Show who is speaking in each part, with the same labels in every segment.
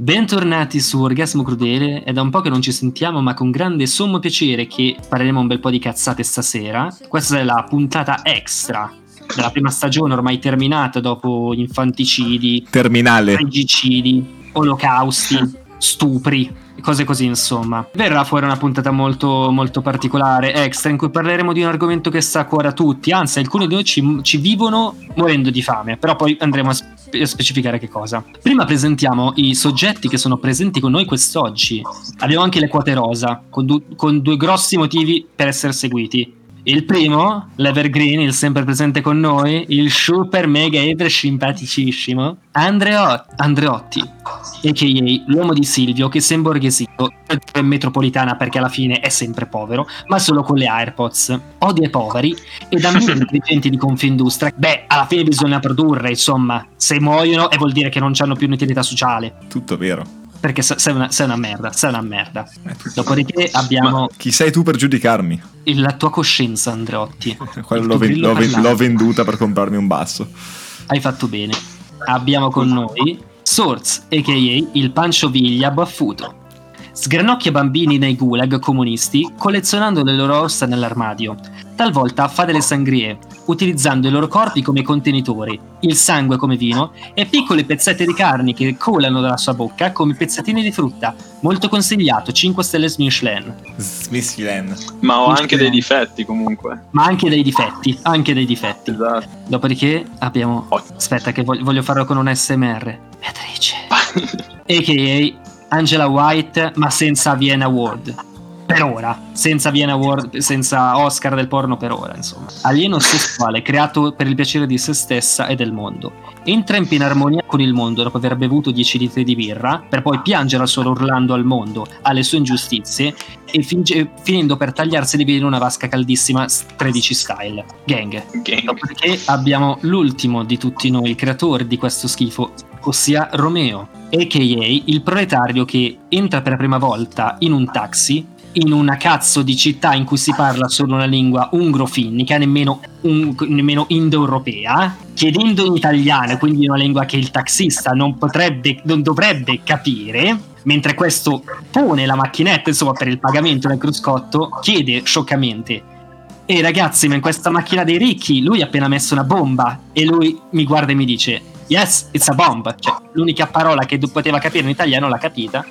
Speaker 1: Bentornati su Orgasmo Crudele, è da un po' che non ci sentiamo ma con grande sommo piacere che parleremo un bel po' di cazzate stasera. Questa è la puntata extra della prima stagione ormai terminata dopo infanticidi,
Speaker 2: Terminale.
Speaker 1: regicidi, olocausti, stupri, cose così insomma. Verrà fuori una puntata molto, molto particolare, extra, in cui parleremo di un argomento che sta a cuore a tutti, anzi alcuni di noi ci, ci vivono morendo di fame, però poi andremo a spe- a specificare che cosa. Prima presentiamo i soggetti che sono presenti con noi quest'oggi. Abbiamo anche le quote rosa, con, du- con due grossi motivi per essere seguiti. Il primo, l'Evergreen, il sempre presente con noi, il super mega ever simpaticissimo, Andreo- Andreotti, a.k.a. l'uomo di Silvio che si è imborghesito in metropolitana perché alla fine è sempre povero, ma solo con le AirPods. Odia i poveri e da meno dirigenti di Confindustria. Beh, alla fine bisogna produrre, insomma. Se muoiono e vuol dire che non hanno più un'utilità sociale,
Speaker 2: Tutto vero.
Speaker 1: perché se- sei una, sei una merda, sei una merda.
Speaker 2: È tutto-
Speaker 1: Dopodiché abbiamo
Speaker 2: Ma chi sei tu per giudicarmi?
Speaker 1: il- la tua coscienza, Andreotti.
Speaker 2: Quello
Speaker 1: Il
Speaker 2: l'ho,
Speaker 1: tuo
Speaker 2: ven-
Speaker 1: grillo
Speaker 2: l'ho ven-
Speaker 1: parlare.
Speaker 2: l'ho venduta per comprarmi un basso.
Speaker 1: Hai fatto bene. Abbiamo con noi Source, a.k.a. il pancioviglia baffuto. Sgranocchia bambini nei gulag comunisti collezionando le loro ossa nell'armadio. Talvolta fa delle sangrie, utilizzando i loro corpi come contenitori, il sangue come vino e piccole pezzette di carni che colano dalla sua bocca come pezzettini di frutta. Molto consigliato, 5 stelle su Michelin.
Speaker 2: Smith
Speaker 3: Ma ho
Speaker 1: Giusto.
Speaker 3: anche dei difetti comunque.
Speaker 1: Ma anche dei difetti, anche dei difetti.
Speaker 3: Esatto.
Speaker 1: Dopodiché abbiamo...
Speaker 3: Oh.
Speaker 1: Aspetta che voglio, voglio farlo con un SMR. Beatrice. a.k.a. Angela White, ma senza Vienna Award. Per ora, senza Vienna Award, senza Oscar del porno per ora, insomma. Alieno sessuale creato per il piacere di se stessa e del mondo. Entra in piena armonia con il mondo dopo aver bevuto 10 litri di birra, per poi piangere solo urlando al mondo, alle sue ingiustizie e finge- finendo per tagliarsi le vene in una vasca caldissima 13 style. Gang.
Speaker 3: Gang.
Speaker 1: Dopodiché abbiamo l'ultimo di tutti noi, il creatore di questo schifo, ossia Romeo, a.k.a. il proletario che entra per la prima volta in un taxi, in una cazzo di città in cui si parla solo una lingua ungro-finnica, nemmeno, un- nemmeno indoeuropea, chiedendo in italiano, quindi in una lingua che il taxista non, potrebbe, non dovrebbe capire, mentre questo pone la macchinetta insomma, per il pagamento del cruscotto, chiede scioccamente e ragazzi, ma in questa macchina dei ricchi lui ha appena messo una bomba e lui mi guarda e mi dice Yes, it's a bomb. Cioè, l'unica parola che do- poteva capire in italiano l'ha capita.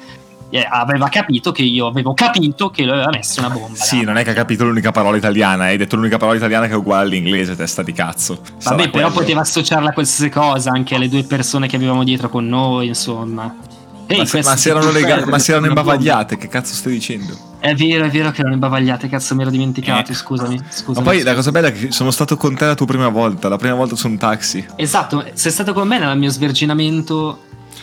Speaker 1: e Eh, aveva capito che io avevo capito che lui aveva messo una bomba.
Speaker 2: Sì, non è che ha capito l'unica parola italiana, hai detto l'unica parola italiana che è uguale all'inglese, testa di cazzo. Sarà
Speaker 1: Vabbè, però
Speaker 2: quello.
Speaker 1: poteva associarla a qualsiasi cosa, anche alle due persone che avevamo dietro con noi, insomma. Ehi,
Speaker 2: Ma, se,
Speaker 1: questo-
Speaker 2: ma si erano,
Speaker 1: questo
Speaker 2: lega-
Speaker 1: è-
Speaker 2: ma si erano imbavagliate, che cazzo stai dicendo?
Speaker 1: È vero, è vero che erano imbavagliate, cazzo, mi ero dimenticato,
Speaker 2: Eh.
Speaker 1: scusami, scusami.
Speaker 2: Ma poi la cosa bella è che sono stato con te la tua prima volta, la prima volta su un taxi.
Speaker 1: Esatto, sei stato con me nel mio sverginamento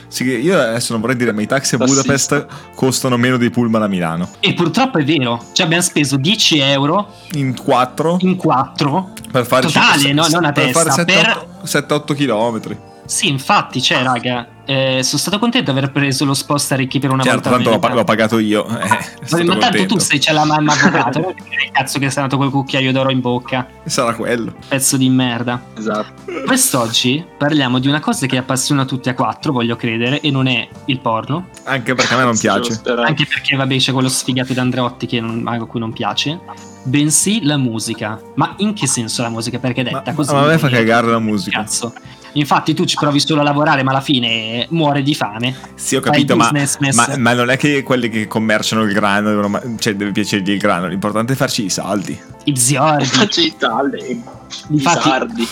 Speaker 2: Sì, io adesso non vorrei dire, ma i taxi a
Speaker 3: Tassista.
Speaker 2: Budapest costano meno dei pullman a Milano.
Speaker 1: E purtroppo è vero, cioè abbiamo speso 10 euro
Speaker 2: In 4
Speaker 1: in 4.
Speaker 2: per fare
Speaker 1: totale,
Speaker 2: cinque-
Speaker 1: no, non a
Speaker 2: per
Speaker 1: testa,
Speaker 2: fare
Speaker 1: per-
Speaker 2: 7-8 km.
Speaker 1: Sì, infatti, cioè, raga, eh, sono stato contento di aver preso lo sposta ricchi per una volta.
Speaker 2: Certo, tanto l'ho,
Speaker 1: nella
Speaker 2: pa- l'ho
Speaker 1: vita.
Speaker 2: pagato io. eh,
Speaker 1: Ma
Speaker 2: sono stato
Speaker 1: tanto tu
Speaker 2: contento.
Speaker 1: sei c'è la mamma avvocato, non è il cazzo che sei andato col cucchiaio d'oro in bocca,
Speaker 2: Sarà quello.
Speaker 1: pezzo di merda.
Speaker 3: Esatto.
Speaker 1: Quest'oggi parliamo di una cosa che appassiona tutti a quattro, voglio credere, e non è il porno,
Speaker 2: Anche perché a me non piace.
Speaker 3: Anche...
Speaker 1: anche perché vabbè c'è quello sfigato di Andreotti che non, a cui non piace, bensì la musica. Ma in che senso la musica? Perché è
Speaker 2: Ma,
Speaker 1: detta così.
Speaker 2: ma a me fa
Speaker 1: perché-
Speaker 2: cagare la musica.
Speaker 1: Cazzo. Infatti tu ci provi solo a lavorare, ma alla fine muore di fame.
Speaker 2: Sì, ho
Speaker 1: Fai
Speaker 2: capito, ma,
Speaker 1: business, mess.
Speaker 2: ma- ma non è che quelli che commerciano il grano, devono ma- cioè deve piacergli il grano, l'importante è farci i saldi.
Speaker 1: I ziordi.
Speaker 3: Faccio i tagli.
Speaker 1: Infatti-
Speaker 3: I sardi.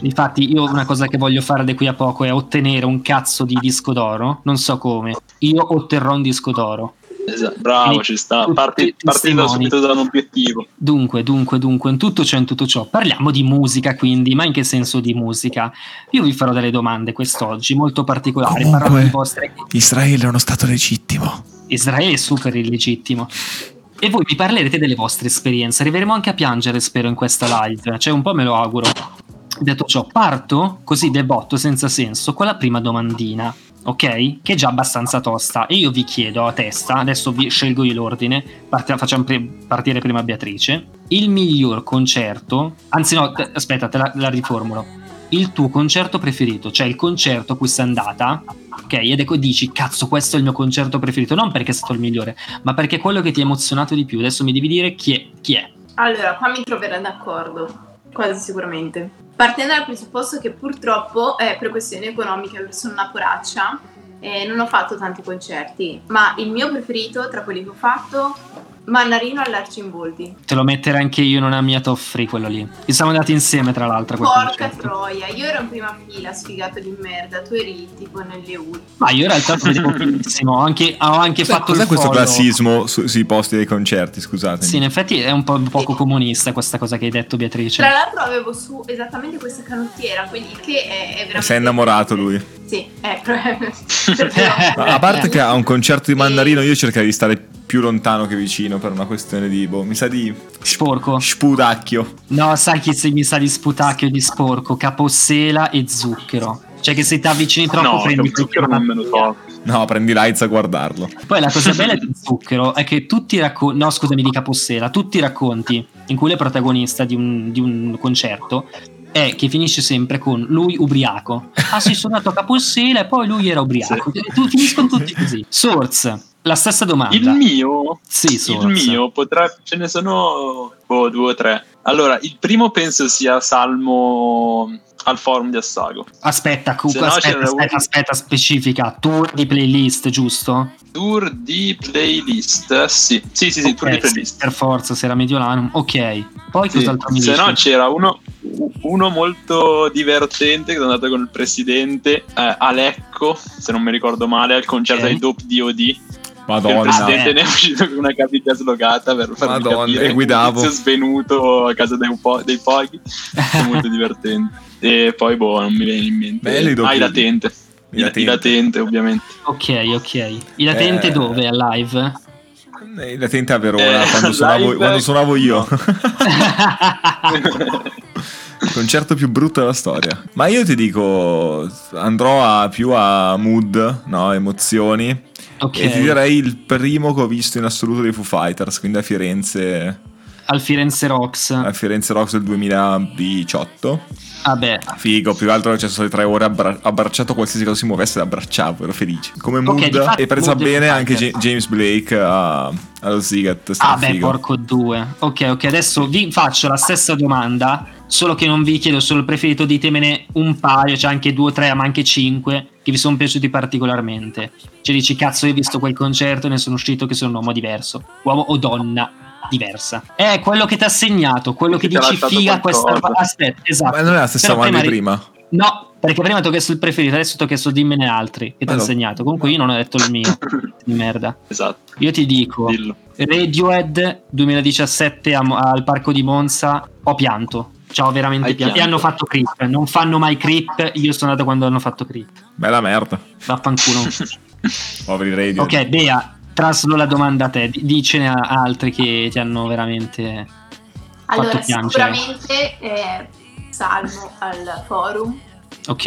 Speaker 1: Infatti io una cosa che voglio fare da qui a poco è ottenere un cazzo di disco d'oro. Non so come. Io otterrò un disco d'oro.
Speaker 3: Esatto. Bravo,
Speaker 1: Quindi
Speaker 3: ci sta.
Speaker 1: tutti
Speaker 3: Parti, partendo
Speaker 1: testimoni.
Speaker 3: subito da un obiettivo.
Speaker 1: Dunque, dunque, dunque, in tutto ciò, in tutto ciò. Parliamo di musica quindi, ma in che senso di musica? Io vi farò delle domande quest'oggi molto particolari.
Speaker 2: Comunque-
Speaker 1: Parlerò di vostre
Speaker 2: Israele è uno stato legittimo.
Speaker 1: Israele è super illegittimo. E voi mi parlerete delle vostre esperienze. Arriveremo anche a piangere, spero, in questa live. Cioè, un po' me lo auguro. Detto ciò, parto così del botto, senza senso, con la prima domandina, ok? Che è già abbastanza tosta. E io vi chiedo a testa, adesso vi scelgo io l'ordine, Parti- facciamo pre- partire prima Beatrice. Il miglior concerto, anzi no, t- aspetta, te la, la riformulo. il tuo concerto preferito, cioè il concerto a cui sei andata, ok? Ed ecco dici, cazzo, questo è il mio concerto preferito, non perché è stato il migliore, ma perché è quello che ti ha emozionato di più. Adesso mi devi dire chi è. Chi è.
Speaker 4: Allora, qua mi troverai d'accordo, quasi sicuramente. Partendo dal presupposto che purtroppo eh, per questioni economiche sono una poraccia e non ho fatto tanti concerti, ma il mio preferito tra quelli che ho fatto, Mannarino all'Arcimboldi.
Speaker 1: Te lo mettere anche io non a mia top free quello lì. Ci siamo andati insieme, tra l'altro. a quel
Speaker 4: Porca
Speaker 1: concerto.
Speaker 4: troia, io ero in prima fila, sfigato di merda, tu eri tipo nelle ultime.
Speaker 1: Ma io in realtà lo vedevo benissimo, ho anche, ho anche
Speaker 2: Cos'è
Speaker 1: fatto il
Speaker 2: questo
Speaker 1: follow.
Speaker 2: classismo su- sui posti dei concerti? Scusate.
Speaker 1: Sì, in effetti è un po' poco comunista questa cosa che hai detto, Beatrice.
Speaker 4: Tra l'altro avevo su esattamente questa canottiera, quindi che è, è veramente...
Speaker 2: Si è innamorato lui.
Speaker 1: Eh,
Speaker 4: Sì, è proprio... perché-
Speaker 2: Ma a parte che a un concerto di
Speaker 4: Sì.
Speaker 2: mandarino io cercherei di stare più lontano che vicino per una questione di, boh, mi sa di
Speaker 1: Sporco.
Speaker 2: spudacchio.
Speaker 1: No, sai chi se mi sa di sputacchio e di sporco? Capossela e zucchero. Cioè che se ti avvicini troppo
Speaker 3: no,
Speaker 1: prendi
Speaker 3: con zucchero non me lo so.
Speaker 2: No, prendi l'Aiz a guardarlo.
Speaker 1: Poi la cosa bella di zucchero è che tutti i racconti, no scusami di Capossela, tutti i racconti in cui lei è protagonista di un, di un concerto è che finisce sempre con lui ubriaco. Ah sì, sono andato a Capossela e poi lui era ubriaco. Tu, finiscono tutti così. Source, la stessa domanda.
Speaker 3: Il mio?
Speaker 1: Sì, Source.
Speaker 3: Il mio potrà, ce ne sono boh, due o tre. Allora, il primo penso sia Salmo al forum di Assago.
Speaker 1: Aspetta, cu-
Speaker 3: Se no,
Speaker 1: aspetta,
Speaker 3: c'era una-
Speaker 1: aspetta, aspetta, specifica. Tour di playlist, giusto?
Speaker 3: Tour di playlist, sì, sì, sì, sì tour di
Speaker 1: Ok,
Speaker 3: playlist.
Speaker 1: Per forza, se era Mediolanum. Ok. Poi
Speaker 3: Sì,
Speaker 1: cos'altro mi
Speaker 3: Se
Speaker 1: dici?
Speaker 3: no c'era uno, uno molto divertente che è andato con il presidente eh, Alecco, se non mi ricordo male, al concerto
Speaker 1: Ok.
Speaker 3: dei Dope DOD. Il
Speaker 2: Madonna.
Speaker 1: eh.
Speaker 3: presidente ne è uscito con una capita slogata per farmi
Speaker 2: Madonna,
Speaker 3: capire
Speaker 2: e guidavo.
Speaker 3: si è svenuto a casa dei, po- dei pochi. È molto divertente. E poi, boh, non mi viene in mente.
Speaker 2: Belli i Dope
Speaker 3: ah,
Speaker 2: DOD.
Speaker 3: i latente. I latente. ovviamente.
Speaker 1: Ok, ok. Il latente
Speaker 2: Eh.
Speaker 1: dove? Al live?
Speaker 2: Eh, La tenta a Verona
Speaker 3: Eh,
Speaker 2: quando, suonavo,
Speaker 3: live-
Speaker 2: quando suonavo io.
Speaker 3: No.
Speaker 2: Ah. Il concerto più brutto della storia. Ma io ti dico, andrò a- più a mood, no? Emozioni.
Speaker 1: ok.
Speaker 2: E ti direi il primo che ho visto in assoluto dei Foo Fighters, quindi a Firenze,
Speaker 1: Al Firenze Rocks.
Speaker 2: a Firenze Rocks del 2018.
Speaker 1: Vabbè.
Speaker 2: Figo, più che altro ci sono state tre ore abbra- abbracciato qualsiasi cosa si muovesse, l'abbracciavo, ero felice. Come mood
Speaker 1: di fatto
Speaker 2: è presa
Speaker 1: mood è
Speaker 2: bene anche
Speaker 1: importante.
Speaker 2: Ja- James Blake a- allo Zigat,
Speaker 1: Ah
Speaker 2: stato
Speaker 1: beh,
Speaker 2: figo.
Speaker 1: porco due. Ok, ok. Adesso vi faccio la stessa domanda, solo che non vi chiedo solo il preferito, ditemene un paio, cioè anche due, tre, ma anche cinque, che vi sono piaciuti particolarmente. Cioè dici, cazzo, io ho visto quel concerto e ne sono uscito che sono un uomo diverso. Uomo o donna diversa. Eh, quello che ti ha segnato, quello che
Speaker 3: Che ti ha
Speaker 1: dici,
Speaker 3: lasciato
Speaker 1: figa questa...
Speaker 3: qualcosa.
Speaker 1: Aspetta, esatto.
Speaker 2: Ma non è la stessa
Speaker 1: Però
Speaker 2: domanda di
Speaker 1: prima-
Speaker 2: prima.
Speaker 1: No, perché prima ti ho chiesto il preferito, adesso ti ho chiesto dimmene altri che ti ho
Speaker 2: Allora.
Speaker 1: insegnato. Comunque io non ho detto il mio. Di merda.
Speaker 3: esatto,
Speaker 1: Io ti dico,
Speaker 3: dillo.
Speaker 1: Radiohead 2017 a Mo- al parco di Monza, ho pianto. Cioè, ho veramente
Speaker 3: Hai
Speaker 1: pianto. E
Speaker 3: pianto.
Speaker 1: hanno fatto creep. Non fanno mai creep. Io sono andato quando hanno fatto creep.
Speaker 2: Bella merda.
Speaker 1: Vaffanculo.
Speaker 2: Poveri radio.
Speaker 1: ok, Bea, traslo la domanda a te. Di- Dicene a altri che ti hanno veramente.
Speaker 4: Allora,
Speaker 1: fatto piangere.
Speaker 4: sicuramente eh, Salmo al forum,
Speaker 1: Ok.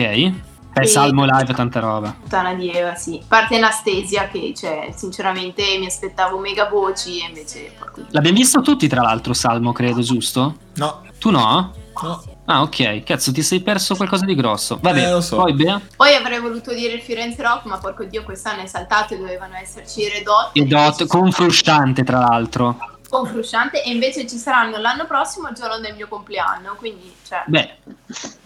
Speaker 1: Beh,
Speaker 4: Sì.
Speaker 1: Salmo live, tanta roba.
Speaker 4: Tana di Eva, sì. Parte Anastasia che, cioè, sinceramente mi aspettavo mega voci e invece... porco di-
Speaker 1: L'abbiamo visto tutti, tra l'altro, Salmo, credo, giusto?
Speaker 2: No,
Speaker 1: Tu no?
Speaker 2: no.
Speaker 1: Ah, ok. Cazzo, ti sei perso qualcosa di grosso. Vabbè,
Speaker 2: Eh, lo so.
Speaker 1: poi Bea
Speaker 4: Poi avrei voluto dire il Firenze Rock, ma porco Dio, quest'anno è saltato e dovevano esserci i Redot.
Speaker 1: e Dot con Frusciante, tra l'altro.
Speaker 4: Con Frusciante e invece ci saranno l'anno prossimo, il giorno del mio compleanno, quindi, cioè,
Speaker 1: Beh,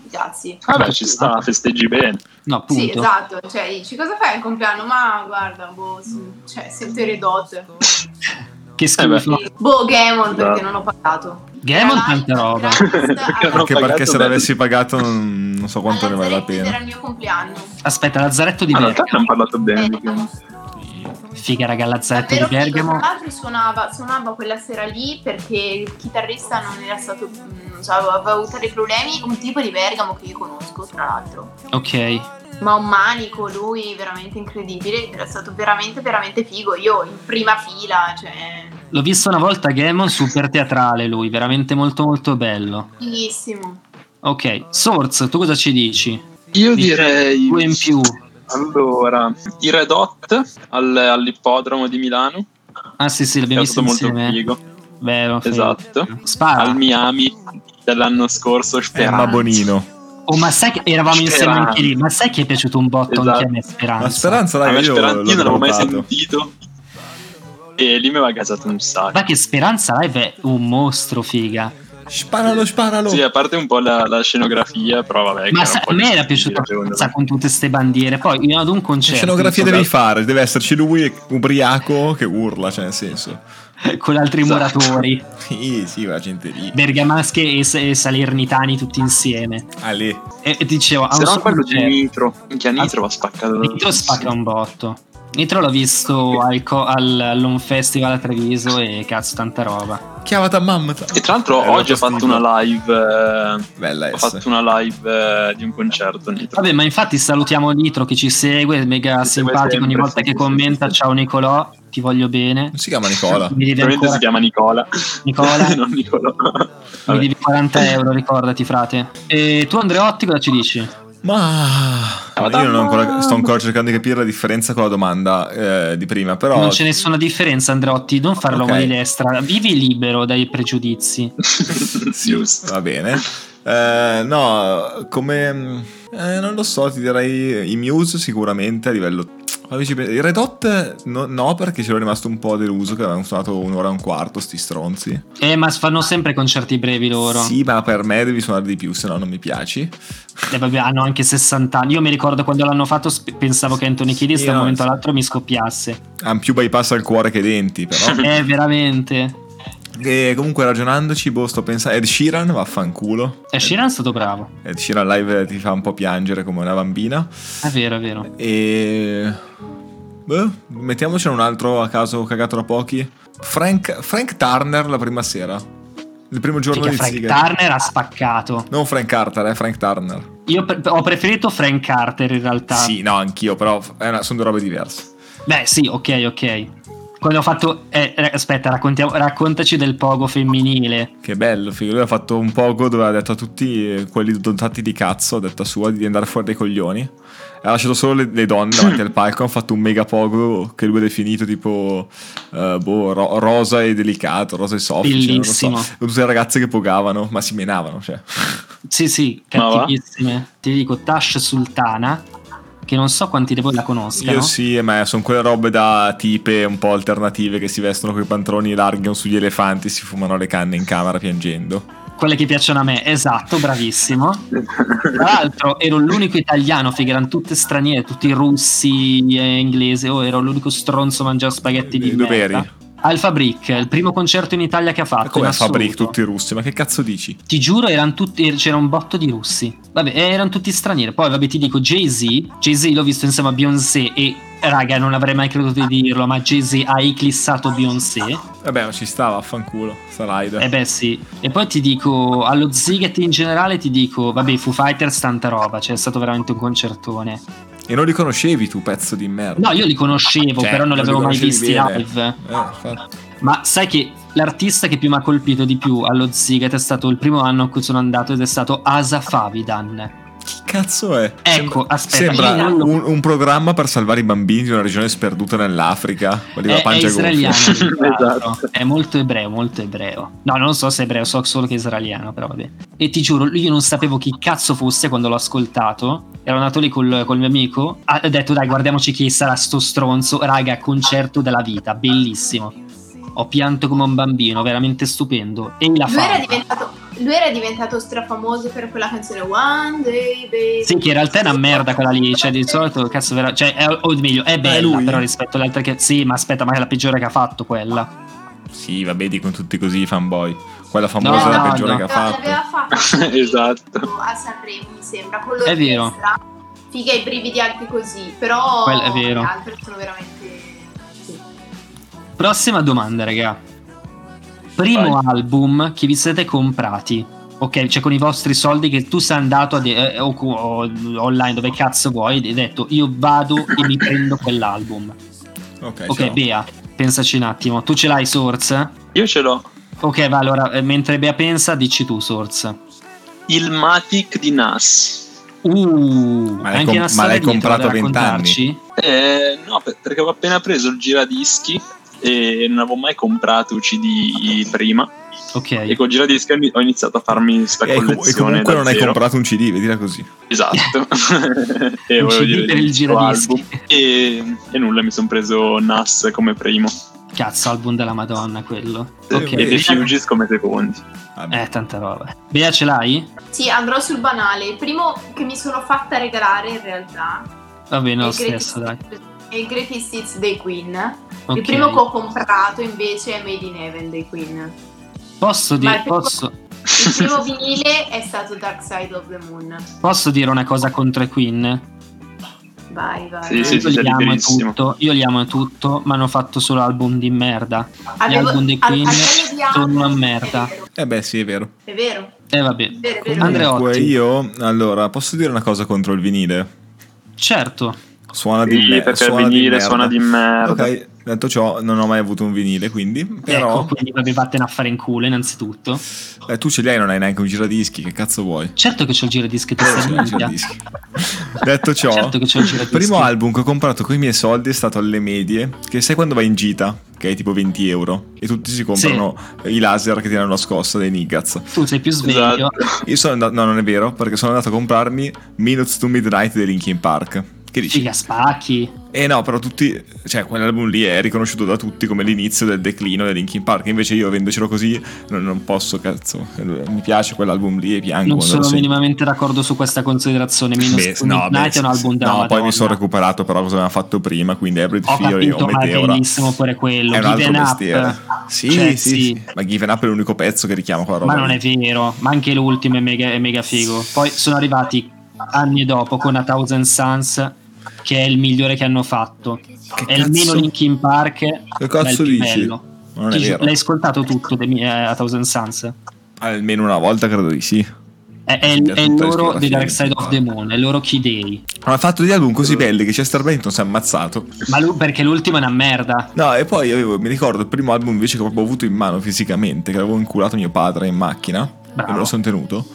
Speaker 4: grazie.
Speaker 3: Vabbè, ci sta, festeggi bene.
Speaker 1: no, appunto.
Speaker 4: Sì, esatto, cioè dici cosa fai al compleanno? Ma guarda, boh, sì, cioè, sento i Redot.
Speaker 1: Che
Speaker 3: Eh
Speaker 1: schifo.
Speaker 4: Sì. Boh, Gamon
Speaker 3: Bravo.
Speaker 4: perché non ho pagato.
Speaker 1: Gamon
Speaker 4: Tra l'altro,
Speaker 1: tanta roba.
Speaker 3: Perché
Speaker 4: gratis alla-
Speaker 3: non ho
Speaker 2: Anche
Speaker 3: pagato
Speaker 2: perché se
Speaker 3: bene.
Speaker 2: l'avessi pagato non, non so quanto ne
Speaker 4: alla
Speaker 2: vale la
Speaker 4: Zaretti Era
Speaker 2: pena.
Speaker 4: il mio compleanno. Eh,
Speaker 1: Aspetta, Lazzaretto di
Speaker 3: Ah, in realtà
Speaker 1: Bergamo.
Speaker 3: abbiamo parlato bene.
Speaker 2: Eh.
Speaker 3: di Gamon.
Speaker 1: Figa, raga, Lazzaretto
Speaker 4: Davvero
Speaker 1: di
Speaker 4: figo,
Speaker 1: Bergamo.
Speaker 4: Tra l'altro suonava, suonava quella sera lì perché il chitarrista non era stato, mm, non so, aveva aveva avuto dei problemi, un tipo di Bergamo che io conosco tra l'altro.
Speaker 1: Ok.
Speaker 4: Ma un manico, lui veramente incredibile, era stato veramente veramente figo, io in prima fila, cioè
Speaker 1: L'ho visto una volta Gamon, super teatrale lui, veramente molto molto bello.
Speaker 4: fighissimo.
Speaker 1: Ok, Source, tu cosa ci dici?
Speaker 3: Io
Speaker 1: Dici
Speaker 3: direi...
Speaker 1: Due in più.
Speaker 3: Allora, i Red Hot al- all'ippodromo di Milano.
Speaker 1: Ah sì sì, l'abbiamo
Speaker 3: È
Speaker 1: visto
Speaker 3: stato Certo,
Speaker 1: insieme.
Speaker 3: molto
Speaker 1: Ah.
Speaker 3: figo.
Speaker 1: Bello, figo.
Speaker 3: Esatto.
Speaker 1: Spara.
Speaker 3: Al Miami dell'anno scorso,
Speaker 2: Eh, ma
Speaker 3: spero.
Speaker 2: Bonino.
Speaker 1: Oh, ma sai che eravamo insieme
Speaker 3: Speranza.
Speaker 1: anche lì, ma sai che è piaciuto un botto
Speaker 3: Esatto.
Speaker 1: anche a me Speranza?
Speaker 2: Ma Speranza,
Speaker 3: a
Speaker 2: raga,
Speaker 3: me
Speaker 2: io l'ho
Speaker 3: Sperantina non l'avevo mai
Speaker 2: valutato.
Speaker 3: sentito e lì mi aveva gasato un sacco.
Speaker 1: Ma che Speranza Live è un mostro, figa.
Speaker 2: Sparalo, sparalo.
Speaker 3: Sì, a parte un po' la, la scenografia, però vabbè. che
Speaker 1: Ma
Speaker 3: era
Speaker 1: sa-
Speaker 3: un po'
Speaker 1: a me era
Speaker 3: difficile,
Speaker 1: piaciuta
Speaker 3: secondo me.
Speaker 1: Speranza con tutte ste bandiere. Poi io ad un
Speaker 2: Che
Speaker 1: concerto...
Speaker 2: scenografia
Speaker 1: insomma,
Speaker 2: devi fare? Deve esserci lui ubriaco che urla, cioè nel senso.
Speaker 1: Con altri
Speaker 3: Esatto.
Speaker 1: muratori,
Speaker 2: Sì, sì, la gente lì.
Speaker 1: bergamasche e, sa- e salernitani tutti insieme.
Speaker 2: Ah, lì.
Speaker 1: E, e dicevo, a
Speaker 3: Se
Speaker 1: un
Speaker 3: no
Speaker 1: solo
Speaker 3: quello di
Speaker 1: concerto...
Speaker 3: Nitro, anche a Nitro va spaccato.
Speaker 1: Nitro spacca un botto. Nitro l'ho visto al, co- al, all'On Festival a Treviso e cazzo, tanta roba.
Speaker 2: Chiamata mamma.
Speaker 3: E tra l'altro
Speaker 2: Eh,
Speaker 3: oggi ho
Speaker 2: fastidio.
Speaker 3: fatto una live. eh,
Speaker 2: Bella
Speaker 3: ho
Speaker 2: S.
Speaker 3: fatto una live eh, di un concerto. Nitro.
Speaker 1: Vabbè, ma infatti salutiamo Nitro che ci segue, è mega
Speaker 3: Ci segue
Speaker 1: simpatico ogni
Speaker 3: sempre,
Speaker 1: volta
Speaker 3: sì,
Speaker 1: che
Speaker 3: sì,
Speaker 1: commenta.
Speaker 3: sì, sì.
Speaker 1: Ciao Nicolò, ti voglio bene.
Speaker 2: Non si chiama Nicola.
Speaker 1: Mi devi
Speaker 3: Ovviamente
Speaker 1: ancora
Speaker 3: si chiama Nicola.
Speaker 1: Nicola.
Speaker 3: non Nicola.
Speaker 1: Mi
Speaker 3: Vabbè.
Speaker 1: devi 40 euro, ricordati, frate. E tu, Andreotti, cosa ci dici?
Speaker 2: Ma...
Speaker 3: Ah,
Speaker 2: Ma io non ho ancora, sto ancora cercando di capire la differenza con la domanda eh, di prima, però...
Speaker 1: Non c'è nessuna differenza, Andreotti. Non fare l'uomo
Speaker 2: Ok.
Speaker 1: di destra. Vivi libero dai pregiudizi.
Speaker 3: Giusto.
Speaker 2: Va bene. Eh, no, come... eh, non lo so, ti direi i Muse sicuramente a livello... Fammi ci pe- I Red Hot no, no, perché ci ero rimasto un po' deluso che avevano suonato un'ora e un quarto sti stronzi.
Speaker 1: Eh, ma fanno sempre concerti brevi loro.
Speaker 2: Sì, ma per me devi suonare di più, se no non mi piaci.
Speaker 1: E Eh, vabbè, hanno anche 60 anni. Io mi ricordo quando l'hanno fatto, sp- pensavo che Anthony Kiedis
Speaker 2: Sì,
Speaker 1: da un
Speaker 2: no,
Speaker 1: momento
Speaker 2: sì.
Speaker 1: all'altro mi scoppiasse.
Speaker 2: Hanno più bypass al cuore che ai denti, però.
Speaker 1: Eh, veramente.
Speaker 2: e comunque ragionandoci, boh, sto pensando... Ed Sheeran, vaffanculo.
Speaker 1: E Eh, Sheeran è stato bravo.
Speaker 2: Ed Sheeran live ti fa un po' piangere come una bambina.
Speaker 1: È vero, è vero.
Speaker 2: E... Beh, mettiamocene un altro a caso cagato da pochi. Frank, Frank Turner la prima sera. Il primo giorno
Speaker 1: Figa,
Speaker 2: di
Speaker 1: Frank
Speaker 2: Ziggy.
Speaker 1: Turner ha spaccato.
Speaker 2: Non Frank Carter, eh, Frank Turner.
Speaker 1: Io pre- ho preferito Frank Carter in realtà.
Speaker 2: Sì, no, anch'io, però è una- sono due robe diverse.
Speaker 1: Beh, sì, ok, ok. Quando ho fatto. eh, eh, aspetta, raccontiamo- raccontaci del pogo femminile.
Speaker 2: Che bello, figo. Lui ha fatto un poco dove ha detto a tutti eh, quelli dotati di cazzo, ha detto a sua, di andare fuori dai coglioni. Ha lasciato solo le, le donne davanti al palco, ha fatto un mega pogo che lui ha definito tipo eh, boh, ro- rosa e delicato, rosa e soffice, non lo so.
Speaker 1: Bellissimo.
Speaker 2: Con tutte le ragazze che pogavano, ma si menavano, cioè.
Speaker 1: Sì, sì,
Speaker 3: Ma va?
Speaker 1: cattivissime. Ti dico Tash Sultana, che non so quanti di voi la conoscano.
Speaker 2: Io sì, ma sono quelle robe da tipe un po' alternative che si vestono con i pantaloni larghi sugli elefanti, si fumano le canne in camera piangendo.
Speaker 1: Quelle che piacciono a me, esatto, bravissimo. Tra l'altro ero l'unico italiano, figa, erano tutte straniere, tutti russi e inglesi. Oh, ero l'unico stronzo a mangiare spaghetti di
Speaker 2: Eh, Dove eri?
Speaker 1: merda. Al Fabric, il primo concerto in Italia che ha fatto.
Speaker 2: Ma come
Speaker 1: in
Speaker 2: a Fabric,
Speaker 1: assoluto.
Speaker 2: tutti russi, ma che cazzo dici?
Speaker 1: Ti giuro, eran tutti- er, c'era un botto di russi. Vabbè, erano tutti stranieri. Poi, vabbè, ti dico Jay-Z. Jay-Z l'ho visto insieme a Beyoncé e, raga, non avrei mai creduto di dirlo, ma Jay-Z ha eclissato Beyoncé.
Speaker 2: Vabbè, ma ci sta, vaffanculo, Saraider.
Speaker 1: Eh beh, sì. E poi ti dico, allo Ziget in generale ti dico, vabbè, i Foo Fighters tanta roba, cioè è stato veramente un concertone.
Speaker 2: E non li conoscevi tu, pezzo di merda.
Speaker 1: No, io li conoscevo,
Speaker 2: Cioè,
Speaker 1: però non li avevo mai visti
Speaker 2: conoscevi bene.
Speaker 1: live.
Speaker 2: Eh, infatti.
Speaker 1: Ma sai che l'artista che più mi ha colpito di più allo Ziget è stato il primo anno in cui sono andato ed è stato Asa Favidan.
Speaker 2: Chi cazzo è?
Speaker 1: Ecco, aspetta,
Speaker 2: Sembra
Speaker 1: io non lo-
Speaker 2: un, un programma per salvare i bambini di una regione sperduta nell'Africa.
Speaker 1: Eh, È,
Speaker 2: Quelli con la
Speaker 1: è
Speaker 2: pancia gonfia.
Speaker 1: israeliano, tra l'altro.
Speaker 3: Esatto.
Speaker 1: è molto ebreo, molto ebreo. No, non so se è ebreo, so solo che è israeliano, però vabbè. E ti giuro, io non sapevo chi cazzo fosse quando l'ho ascoltato. Ero andato lì col, col mio amico, ha ho detto dai guardiamoci chi sarà sto stronzo, raga, concerto della vita, bellissimo. Ho pianto come un bambino, veramente stupendo. E la
Speaker 4: Lui era,
Speaker 1: fa.
Speaker 4: diventato, lui era diventato strafamoso per quella canzone One Day Baby.
Speaker 1: Sì, che in realtà è una merda quella lì, cioè di solito cazzo vera- cioè, è- o meglio, è bella,
Speaker 2: lui?
Speaker 1: però rispetto alle altre che... Sì, ma aspetta, ma è la peggiore che ha fatto quella.
Speaker 2: Sì, vabbè, dicono tutti così i fanboy. Quella famosa è
Speaker 1: No,
Speaker 2: la peggiore
Speaker 1: no.
Speaker 2: che ha
Speaker 4: No,
Speaker 2: fatto.
Speaker 4: l'aveva fatto
Speaker 3: Esatto.
Speaker 4: a Sanremo, mi sembra, con
Speaker 1: È vero.
Speaker 4: l'orchestra. Figa i brividi anche così, però
Speaker 1: Quello è vero.
Speaker 4: le altre sono veramente... sì.
Speaker 1: Prossima domanda, raga. Primo album che vi siete comprati. Ok, cioè con i vostri soldi che tu sei andato a de- eh, o, o- online dove cazzo vuoi e hai detto io vado e mi prendo quell'album.
Speaker 2: Ok,
Speaker 1: Ok,
Speaker 2: ciao.
Speaker 1: Bea, pensaci un attimo. Tu ce l'hai Source?
Speaker 3: Io ce l'ho.
Speaker 1: Ok, va allora, eh, mentre Bea pensa, dici tu Source.
Speaker 3: Il Matic di Nas.
Speaker 1: Uh,
Speaker 2: l'hai
Speaker 1: anche
Speaker 2: com-
Speaker 1: una
Speaker 2: ma
Speaker 1: storia
Speaker 2: l'hai
Speaker 1: dietro da
Speaker 2: comprato a 20 anni?
Speaker 1: raccontarci?
Speaker 3: Eh, no, per- perché avevo appena preso il giradischi e non avevo mai comprato CD prima. E
Speaker 1: Ok.
Speaker 3: con giradischi ho in- ho iniziato a farmi sta
Speaker 2: E, com- e
Speaker 3: collezione
Speaker 2: comunque
Speaker 3: da
Speaker 2: non hai
Speaker 3: zero.
Speaker 2: comprato un CD, vedila così.
Speaker 3: Esatto. e
Speaker 1: Un
Speaker 3: volevo
Speaker 1: CD
Speaker 3: dire
Speaker 1: per il
Speaker 3: questo
Speaker 1: giradischi.
Speaker 3: album. E, e nulla, mi sono preso Nas come primo
Speaker 1: Cazzo, album della Madonna quello.
Speaker 2: Sì,
Speaker 1: Ok.
Speaker 3: e
Speaker 2: eh,
Speaker 3: The Fugees come secondi.
Speaker 2: Vabbè.
Speaker 1: Eh, tanta roba. Bea, ce l'hai?
Speaker 4: Sì, andrò sul banale. Il primo che mi sono fatta regalare in realtà
Speaker 1: Va bene
Speaker 4: è
Speaker 1: lo
Speaker 4: il Greatest
Speaker 1: stesso, dai.
Speaker 4: è il Greatest Hits dei Queen.
Speaker 1: Ok.
Speaker 4: Il primo che ho comprato invece è Made in Heaven dei Queen.
Speaker 1: Posso,
Speaker 4: Ma
Speaker 1: dire,
Speaker 4: il primo-
Speaker 1: posso,
Speaker 4: Il primo vinile è stato Dark Side of the Moon.
Speaker 1: posso dire una cosa contro i Queen?
Speaker 4: Vai, vai.
Speaker 3: Sì, sì,
Speaker 1: io,
Speaker 3: sì, siete
Speaker 1: li amo
Speaker 3: liberissimo.
Speaker 1: tutto, io li amo tutto, ma hanno fatto solo album di merda.
Speaker 4: Avevo-
Speaker 1: album dei
Speaker 4: al-
Speaker 1: Queen
Speaker 4: almeno di album-
Speaker 1: sono una merda.
Speaker 4: È vero,
Speaker 2: Eh beh, sì, è vero.
Speaker 4: è vero.
Speaker 1: E Eh, vabbè.
Speaker 4: È vero, è vero.
Speaker 1: Andrea- Andreotti.
Speaker 2: Comunque io, allora, posso dire una cosa contro il vinile?
Speaker 1: Certo,
Speaker 2: Suona di
Speaker 3: Sì,
Speaker 2: me-
Speaker 3: perché il
Speaker 2: suona di
Speaker 3: vinile
Speaker 2: merda.
Speaker 3: suona di
Speaker 1: Eh,
Speaker 3: merda.
Speaker 2: Ok, detto ciò, non ho mai avuto un vinile, quindi... Però
Speaker 1: ecco, quindi vabbè, vattene a fare in culo innanzitutto.
Speaker 2: eh, tu ce li hai, non hai neanche un giradischi, che cazzo vuoi?
Speaker 1: Certo che c'ho il giradischi
Speaker 2: Però
Speaker 1: testa
Speaker 2: c'è
Speaker 1: di
Speaker 2: Eh, il
Speaker 1: minchia.
Speaker 2: giradischi. Detto ciò,
Speaker 1: Certo che c'ho il giradischi.
Speaker 2: primo album che ho comprato con i miei soldi è stato alle medie, che sai quando vai in gita, che è tipo 20 euro, e tutti si comprano i laser che tirano la scossa dei Niggaz.
Speaker 1: Tu sei più sveglio.
Speaker 3: Esatto.
Speaker 2: Io sono andato, no non è vero, perché sono andato a comprarmi Minutes to Midnight dei Linkin Park. Che dici?
Speaker 1: Figa spacchi.
Speaker 2: Eh no, però tutti, cioè quell'album lì è riconosciuto da tutti come l'inizio del declino dei Linkin Park, invece io vendocelo così non, non posso, cazzo, mi piace quell'album lì e piango.
Speaker 1: Non
Speaker 2: quando
Speaker 1: sono
Speaker 2: lo sento.
Speaker 1: minimamente d'accordo su questa considerazione. Minus
Speaker 2: Beh,
Speaker 1: Midnight è
Speaker 2: beh,
Speaker 1: un album della
Speaker 2: no, poi
Speaker 1: Madonna.
Speaker 2: mi sono recuperato però cosa avevamo fatto prima, quindi Hybrid
Speaker 1: Ho
Speaker 2: Theory o
Speaker 1: capito, ma è
Speaker 2: Meteora.
Speaker 1: bellissimo pure quello.
Speaker 2: È un altro
Speaker 1: Given up.
Speaker 2: mestiere. Sì,
Speaker 1: Cioè,
Speaker 2: sì,
Speaker 1: sì.
Speaker 2: sì. ma Given Up è l'unico pezzo che richiama quella roba.
Speaker 1: Ma non è
Speaker 2: lì.
Speaker 1: vero, ma anche l'ultimo è mega, è mega figo. Poi sono arrivati anni dopo con A Thousand Suns, che è il migliore che hanno fatto.
Speaker 2: Che
Speaker 1: è il meno
Speaker 2: cazzo-
Speaker 1: Linkin Park.
Speaker 2: Che
Speaker 1: ma è il
Speaker 2: cazzo
Speaker 1: più
Speaker 2: dici?
Speaker 1: bello.
Speaker 2: Non è
Speaker 1: Ti giuro,
Speaker 2: vero.
Speaker 1: L'hai ascoltato tutto de- eh, A Thousand Suns?
Speaker 2: Almeno una volta credo di sì.
Speaker 1: È, è-
Speaker 2: Sì,
Speaker 1: è il
Speaker 2: tutta
Speaker 1: loro
Speaker 2: discografia
Speaker 1: The Dark
Speaker 2: di
Speaker 1: Side of
Speaker 2: Linkin
Speaker 1: the
Speaker 2: Park.
Speaker 1: Moon, è il loro Key Day.
Speaker 2: Ma ha fatto degli album così belli che Chester Bennington si è ammazzato.
Speaker 1: Ma lui, perché l'ultimo è una merda.
Speaker 2: No, e poi avevo, mi ricordo il primo album invece che ho proprio avuto in mano fisicamente, che avevo inculato mio padre in macchina, e me
Speaker 1: Bravo.
Speaker 2: lo sono tenuto.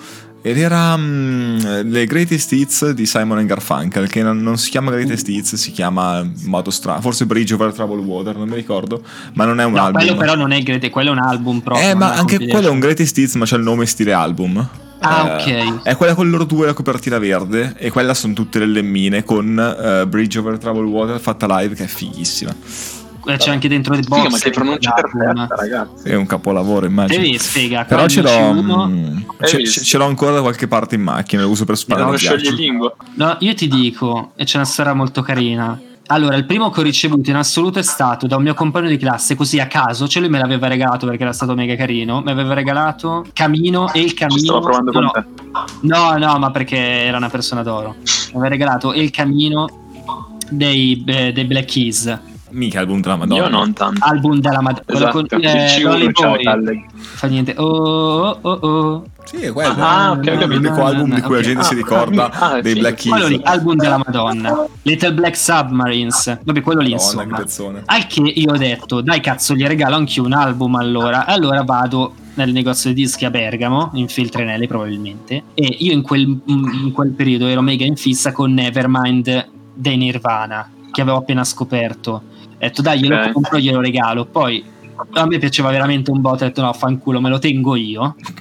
Speaker 2: Ed era mm, le Greatest Hits di Simon and Garfunkel, che non, non si chiama Greatest Hits, si chiama in modo strano, forse Bridge over Troubled Water, non mi ricordo, ma non è un
Speaker 1: No,
Speaker 2: album.
Speaker 1: quello però non è Grete, quello è un album proprio.
Speaker 2: eh, ma
Speaker 1: non è
Speaker 2: anche
Speaker 1: compilation.
Speaker 2: quello è un Greatest Hits, ma c'ha il nome stile album.
Speaker 1: Ah,
Speaker 2: Eh,
Speaker 1: ok.
Speaker 2: È quella con loro due la copertina verde e quella sono tutte le lemmine con eh, Bridge over Troubled Water fatta live che è fighissima.
Speaker 1: Eh, C'è anche dentro il box.
Speaker 3: Figa, ma che pronuncia
Speaker 1: quell'album.
Speaker 3: perfetta, ragazzi.
Speaker 2: È un capolavoro,
Speaker 1: Te
Speaker 2: immagino.
Speaker 1: vedi, sfiga.
Speaker 2: Però
Speaker 1: qua
Speaker 2: ce
Speaker 1: dici
Speaker 2: l'ho,
Speaker 1: uno.
Speaker 2: mm,
Speaker 3: Eh,
Speaker 2: ce,
Speaker 3: visto.
Speaker 2: ce- ce l'ho ancora da qualche parte in macchina, lo uso per
Speaker 3: Non
Speaker 2: sparare.
Speaker 3: scioglie lingua.
Speaker 1: No, io ti dico, e c'è una storia molto carina. Allora, il primo che ho ricevuto in assoluto è stato da un mio compagno di classe, così a caso, cioè lui me l'aveva regalato perché era stato mega carino, mi aveva regalato Camino e il
Speaker 3: Ci
Speaker 1: Camino...
Speaker 3: stavo provando
Speaker 1: no,
Speaker 3: con
Speaker 1: no,
Speaker 3: te.
Speaker 1: No, no, ma perché era una persona d'oro. Mi aveva regalato il Camino dei, eh, dei Black Keys,
Speaker 2: Mica album della Madonna.
Speaker 3: Io non tanto.
Speaker 1: album della Madonna. Ah, quello
Speaker 3: Esatto,
Speaker 1: con,
Speaker 3: il
Speaker 1: eh,
Speaker 3: C1
Speaker 1: Rolling
Speaker 3: c'ha
Speaker 1: Boy.
Speaker 3: i tagli.
Speaker 1: Fa niente. Oh, oh, oh, oh.
Speaker 2: Sì, è quello.
Speaker 3: Ah, ok,
Speaker 2: è
Speaker 3: ok,
Speaker 2: l'unico
Speaker 1: ok.
Speaker 2: album di cui
Speaker 1: Ok.
Speaker 2: la gente
Speaker 3: Ah,
Speaker 2: si ricorda
Speaker 3: ah,
Speaker 2: dei
Speaker 3: sì.
Speaker 2: Black Keys.
Speaker 1: Quello lì, album della Madonna. Little Black Submarines. Vabbè, quello lì,
Speaker 2: Madonna, che
Speaker 1: insomma.
Speaker 2: pezzone.
Speaker 1: Al che io ho detto, dai cazzo, gli regalo anch'io un album allora. Allora vado nel negozio di dischi a Bergamo, in Feltrinelli probabilmente, e io in quel, in quel periodo ero mega in fissa con Nevermind dei Nirvana, che avevo appena scoperto. Ho detto, dai, glielo
Speaker 3: Ok.
Speaker 1: compro, glielo regalo. Poi a me piaceva veramente un botto, ho detto, no, fanculo, me lo tengo io. E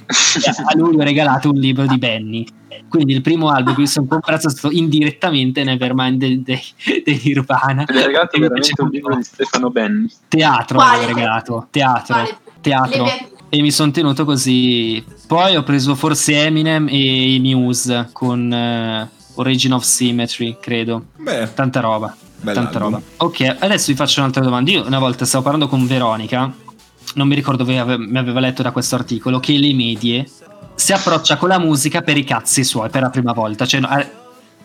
Speaker 1: Eh, a lui ho regalato un libro di Benny. Quindi il primo album che mi sono comprato è stato indirettamente Nevermind dei, dei- dei Nirvana.
Speaker 3: Mi hai regalato
Speaker 1: E mi
Speaker 3: veramente
Speaker 1: piaceva
Speaker 3: un libro
Speaker 1: po'.
Speaker 3: di Stefano Benni.
Speaker 1: Teatro
Speaker 4: Quale?
Speaker 1: avevo regalato, teatro,
Speaker 4: Quale?
Speaker 1: teatro.
Speaker 4: Le Beatrici.
Speaker 1: E mi sono tenuto così. Poi ho preso forse Eminem e i Muse con eh, Origin of Symmetry, credo.
Speaker 2: Beh,
Speaker 1: Tanta roba, tanta
Speaker 2: bell'album.
Speaker 1: roba. Ok, adesso vi faccio un'altra domanda. Io una volta stavo parlando con Veronica, non mi ricordo dove ave- mi aveva letto da questo articolo, che le medie si approccia con la musica per i cazzi suoi per la prima volta. Cioè, no, eh,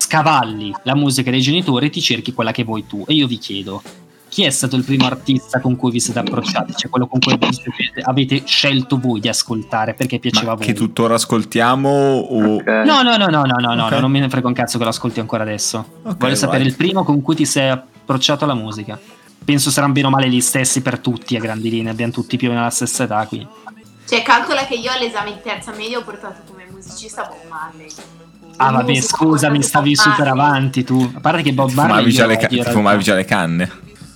Speaker 1: scavalli la musica dei genitori e ti cerchi quella che vuoi tu. E io vi chiedo, chi è stato il primo artista con cui vi siete approcciati? Cioè quello con cui vi siete- avete scelto voi di ascoltare perché piaceva a
Speaker 2: Ma
Speaker 1: voi?
Speaker 2: che tuttora ascoltiamo o...
Speaker 3: Ok.
Speaker 1: Oh. No, no, no, no, no, no, no,
Speaker 2: Ok.
Speaker 1: non me ne frega un cazzo che lo ascolti ancora adesso.
Speaker 2: Ok,
Speaker 1: Voglio sapere
Speaker 2: vai.
Speaker 1: il primo con cui ti sei approcciato alla musica. Penso saranno bene o male gli stessi per tutti a grandi linee, abbiamo tutti più o meno la stessa età qui.
Speaker 4: Cioè, calcola che io all'esame in terza media ho portato come musicista Bob Marley.
Speaker 1: Ah
Speaker 4: Come
Speaker 1: vabbè,
Speaker 4: musica ho
Speaker 1: scusami,
Speaker 4: portato
Speaker 1: stavi
Speaker 4: Bob
Speaker 1: super
Speaker 4: Marley.
Speaker 1: avanti tu. A parte che Bob
Speaker 2: Ti fumavi
Speaker 1: Marley
Speaker 2: già
Speaker 1: io
Speaker 2: le
Speaker 1: lo
Speaker 2: ca-
Speaker 1: odio in
Speaker 2: ti fumavi
Speaker 1: realtà.
Speaker 2: già le canne.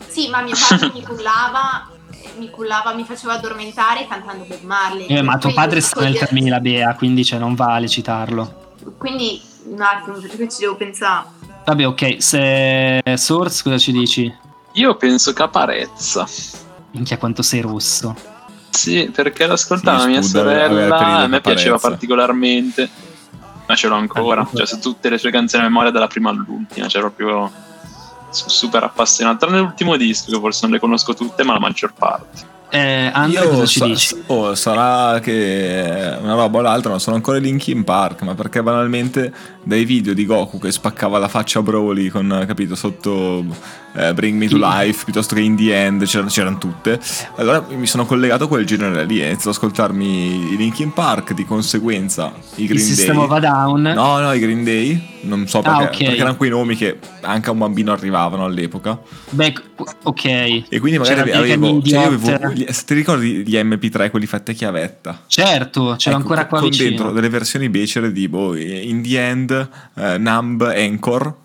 Speaker 4: Sì, ma mio padre mi cullava eh, mi cullava, mi faceva addormentare cantando Bob Marley.
Speaker 1: Eh, ma tuo
Speaker 4: Quindi,
Speaker 1: padre sta nel
Speaker 4: voglio-
Speaker 1: 3000, Bea, quindi cioè, non vale citarlo.
Speaker 4: Quindi ecco, un attimo, perché ci devo pensare.
Speaker 1: Vabbè, ok, se Source cosa ci dici?
Speaker 3: Io penso Caparezza.
Speaker 1: Minchia quanto sei rosso.
Speaker 3: Sì, perché l'ascoltava
Speaker 2: Sì,
Speaker 3: mia
Speaker 2: scusa, aveva il periodo
Speaker 3: sorella, a me
Speaker 2: di
Speaker 3: piaceva
Speaker 2: apparenza.
Speaker 3: particolarmente, ma ce l'ho ancora,
Speaker 2: Eh.
Speaker 3: cioè su tutte le sue canzoni a memoria dalla prima all'ultima, cioè proprio su- super appassionato, tranne l'ultimo disco che forse non le conosco tutte, ma la maggior parte.
Speaker 1: Eh, Andrea,
Speaker 2: Io
Speaker 1: cosa ci
Speaker 2: sa-
Speaker 1: dici?
Speaker 2: oh, sarà che una roba o l'altra, ma sono ancora i Linkin Park. Ma perché banalmente dai video di Goku che spaccava la faccia a Broly con, capito, sotto eh, Bring Me to
Speaker 1: Sì.
Speaker 2: Life piuttosto che In the End, c'erano, c'erano tutte. Allora mi sono collegato a quel genere lì e ho iniziato ad ascoltarmi i Linkin Park, di conseguenza i
Speaker 1: Il
Speaker 2: Green
Speaker 1: sistema
Speaker 2: Day.
Speaker 1: va down.
Speaker 2: No, no, i Green Day, non so
Speaker 1: Ah,
Speaker 2: perché,
Speaker 1: ok.
Speaker 2: perché erano quei nomi che anche a un bambino arrivavano all'epoca.
Speaker 1: Beh, ok,
Speaker 2: E quindi
Speaker 1: C'era
Speaker 2: magari avevo,
Speaker 1: Big
Speaker 2: cioè io
Speaker 1: and
Speaker 2: avevo
Speaker 1: Idiot.
Speaker 2: gli- se ti ricordi gli MP3 quelli fatti a chiavetta?
Speaker 1: certo, c'era
Speaker 2: Ecco,
Speaker 1: ancora qua
Speaker 2: con
Speaker 1: vicino.
Speaker 2: dentro delle versioni becere di boh, In the End, eh, Numb, Anchor,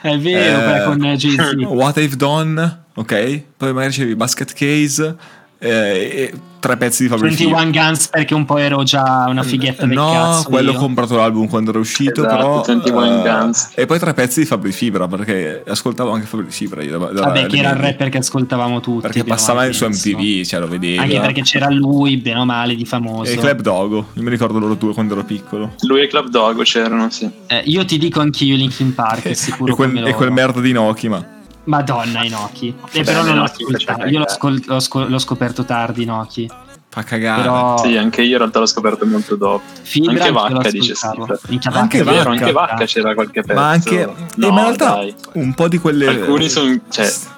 Speaker 1: È vero,
Speaker 2: Eh,
Speaker 1: quella con Jay-Z.
Speaker 2: What I've Done, ok? Poi magari c'avevi Basket Case eh, e tre pezzi di Fabio
Speaker 1: 21 Guns perché un po' ero già una fighetta del
Speaker 2: no,
Speaker 1: cazzo.
Speaker 2: quello ho
Speaker 1: io.
Speaker 2: comprato l'album quando era uscito,
Speaker 3: Esatto,
Speaker 2: però
Speaker 3: 21
Speaker 2: eh,
Speaker 3: Guns.
Speaker 2: E poi tre pezzi di Fabri Fibra, perché ascoltavo anche Fabri Fibra io da- da-
Speaker 1: Vabbè,
Speaker 2: alle
Speaker 1: che era il
Speaker 2: medie.
Speaker 1: rapper che ascoltavamo tutti.
Speaker 2: perché
Speaker 1: bene o
Speaker 2: passava
Speaker 1: male,
Speaker 2: su
Speaker 1: penso.
Speaker 2: MTV, cioè lo vedevi.
Speaker 1: Anche perché c'era lui, bene o male, di famoso.
Speaker 2: E Club Dogo, io mi ricordo loro due quando ero piccolo.
Speaker 3: Lui e Club Dogo c'erano, sì.
Speaker 2: Ah.
Speaker 1: Eh, io ti dico anch'io Linkin Park,
Speaker 2: E,
Speaker 1: Eh, sicuro
Speaker 2: e quel,
Speaker 1: come
Speaker 2: e quel
Speaker 1: loro.
Speaker 2: merda di Nokia.
Speaker 1: Madonna, Inoki. Eh, però
Speaker 3: Bene,
Speaker 1: non l'ho
Speaker 3: Inoki,
Speaker 1: ascoltato.
Speaker 3: facciamo
Speaker 1: Io l'ho,
Speaker 3: cagare.
Speaker 1: scol- l'ho scol- l'ho scoperto tardi, Inoki.
Speaker 2: Fa cagare.
Speaker 1: Però
Speaker 3: Sì, anche io in realtà l'ho scoperto molto dopo.
Speaker 1: Fibra
Speaker 3: anche
Speaker 1: ce l'ho
Speaker 3: Vacca dice
Speaker 1: ascoltavo.
Speaker 3: sempre.
Speaker 1: Minchia,
Speaker 2: Anche cioè,
Speaker 3: È
Speaker 1: Vacca,
Speaker 3: vero, anche
Speaker 1: Vacca.
Speaker 3: Vacca c'era qualche pezzo.
Speaker 2: Ma anche.
Speaker 3: No,
Speaker 2: e ma in realtà
Speaker 3: dai.
Speaker 2: un po' di quelle.
Speaker 3: Alcuni son- cioè-
Speaker 2: s-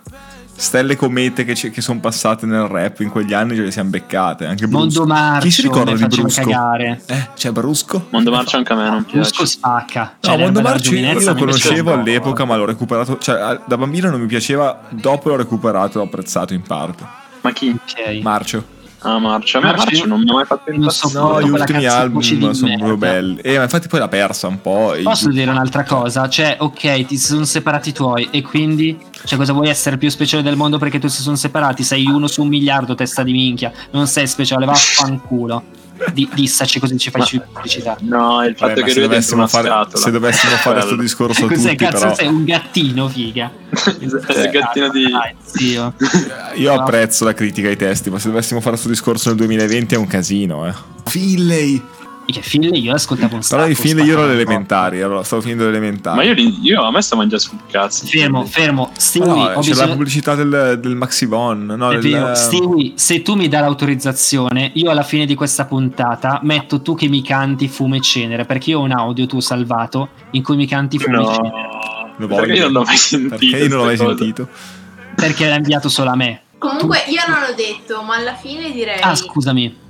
Speaker 2: Stelle comete che, ci- che sono passate nel rap in quegli anni ce le siamo beccate. Anche Brusco.
Speaker 1: Mondo Marcio
Speaker 2: Chi si ricorda
Speaker 1: mi
Speaker 2: di
Speaker 1: faceva
Speaker 2: Brusco?
Speaker 1: cagare.
Speaker 2: Eh, c'è Brusco?
Speaker 3: Mondo Marcio anche a me non
Speaker 1: Brusco
Speaker 3: piace.
Speaker 1: spacca.
Speaker 2: No,
Speaker 1: Cioè,
Speaker 2: Mondo
Speaker 1: l'erba
Speaker 2: Marcio io
Speaker 1: d'argiovinezza
Speaker 2: lo
Speaker 1: mi piaceva
Speaker 2: conoscevo
Speaker 1: un po'.
Speaker 2: all'epoca, ma l'ho recuperato. Cioè, a- da bambino non mi piaceva, dopo l'ho recuperato, l'ho apprezzato in parte.
Speaker 3: Ma chi?
Speaker 1: Ok.
Speaker 2: Marcio.
Speaker 3: Ah, Marcio. A me
Speaker 1: Ma Marcio-
Speaker 3: Marcio non mi ha mai fatto
Speaker 1: non so
Speaker 3: impazzire.
Speaker 1: Dopo
Speaker 2: No, gli
Speaker 1: quella
Speaker 2: ultimi
Speaker 1: cazzo di voce
Speaker 2: album
Speaker 1: di
Speaker 2: sono proprio
Speaker 1: merda.
Speaker 2: belli. Eh, ma infatti poi l'ha persa un po'. e
Speaker 1: Posso
Speaker 2: giù.
Speaker 1: dire un'altra cosa? Cioè, ok, ti si sono separati i tuoi e quindi, cioè, cosa vuoi essere più speciale del mondo perché tu si sono separati? Sei uno su un miliardo, testa di minchia. Non sei speciale, vaffanculo. Di- dissaci così ci fai
Speaker 3: Ma-
Speaker 1: pubblicità.
Speaker 3: No,
Speaker 2: Vabbè,
Speaker 3: il fatto
Speaker 2: ma
Speaker 3: che
Speaker 2: se
Speaker 3: lui è dentro
Speaker 2: dovessimo
Speaker 3: una
Speaker 2: fare,
Speaker 3: scatola.
Speaker 2: se dovessimo fare
Speaker 3: Bello.
Speaker 2: questo discorso a
Speaker 1: Cos'è,
Speaker 2: tutti,
Speaker 1: cazzo?
Speaker 2: però,
Speaker 1: Sei un gattino, figa.
Speaker 2: Esatto.
Speaker 1: Cioè,
Speaker 3: il gattino di
Speaker 1: Dai, zio.
Speaker 2: io apprezzo la critica ai testi, ma se dovessimo fare questo discorso nel 2020 è un casino, eh. Finlay!
Speaker 1: Che Finlay io ascoltavo un sacco.
Speaker 2: Però i Finlay io ero
Speaker 1: spaccavo
Speaker 2: alle
Speaker 1: un po'.
Speaker 2: elementari, ero- stavo finendo le elementari.
Speaker 3: ma io, li- io a me sto mangiando sul cazzo
Speaker 1: Fermo, fermo. Stewie,
Speaker 2: No, eh,
Speaker 1: ho
Speaker 2: c'è la
Speaker 1: bisogno...
Speaker 2: pubblicità del, del Maxivon, no?
Speaker 1: È
Speaker 2: del-
Speaker 1: vero, Stewie, se tu mi dai l'autorizzazione, io alla fine di questa puntata metto tu che mi canti Fume e Cenere, perché io ho un audio tu salvato in cui mi canti Fume e Cenere,
Speaker 3: no
Speaker 2: Lo voglio.
Speaker 3: perché io non l'ho mai sentito
Speaker 2: Perché io non l'ho mai
Speaker 3: sta cosa.
Speaker 2: sentito.
Speaker 1: perché l'ha inviato solo a me.
Speaker 4: Comunque io non l'ho detto, ma alla fine direi
Speaker 1: Ah, scusami,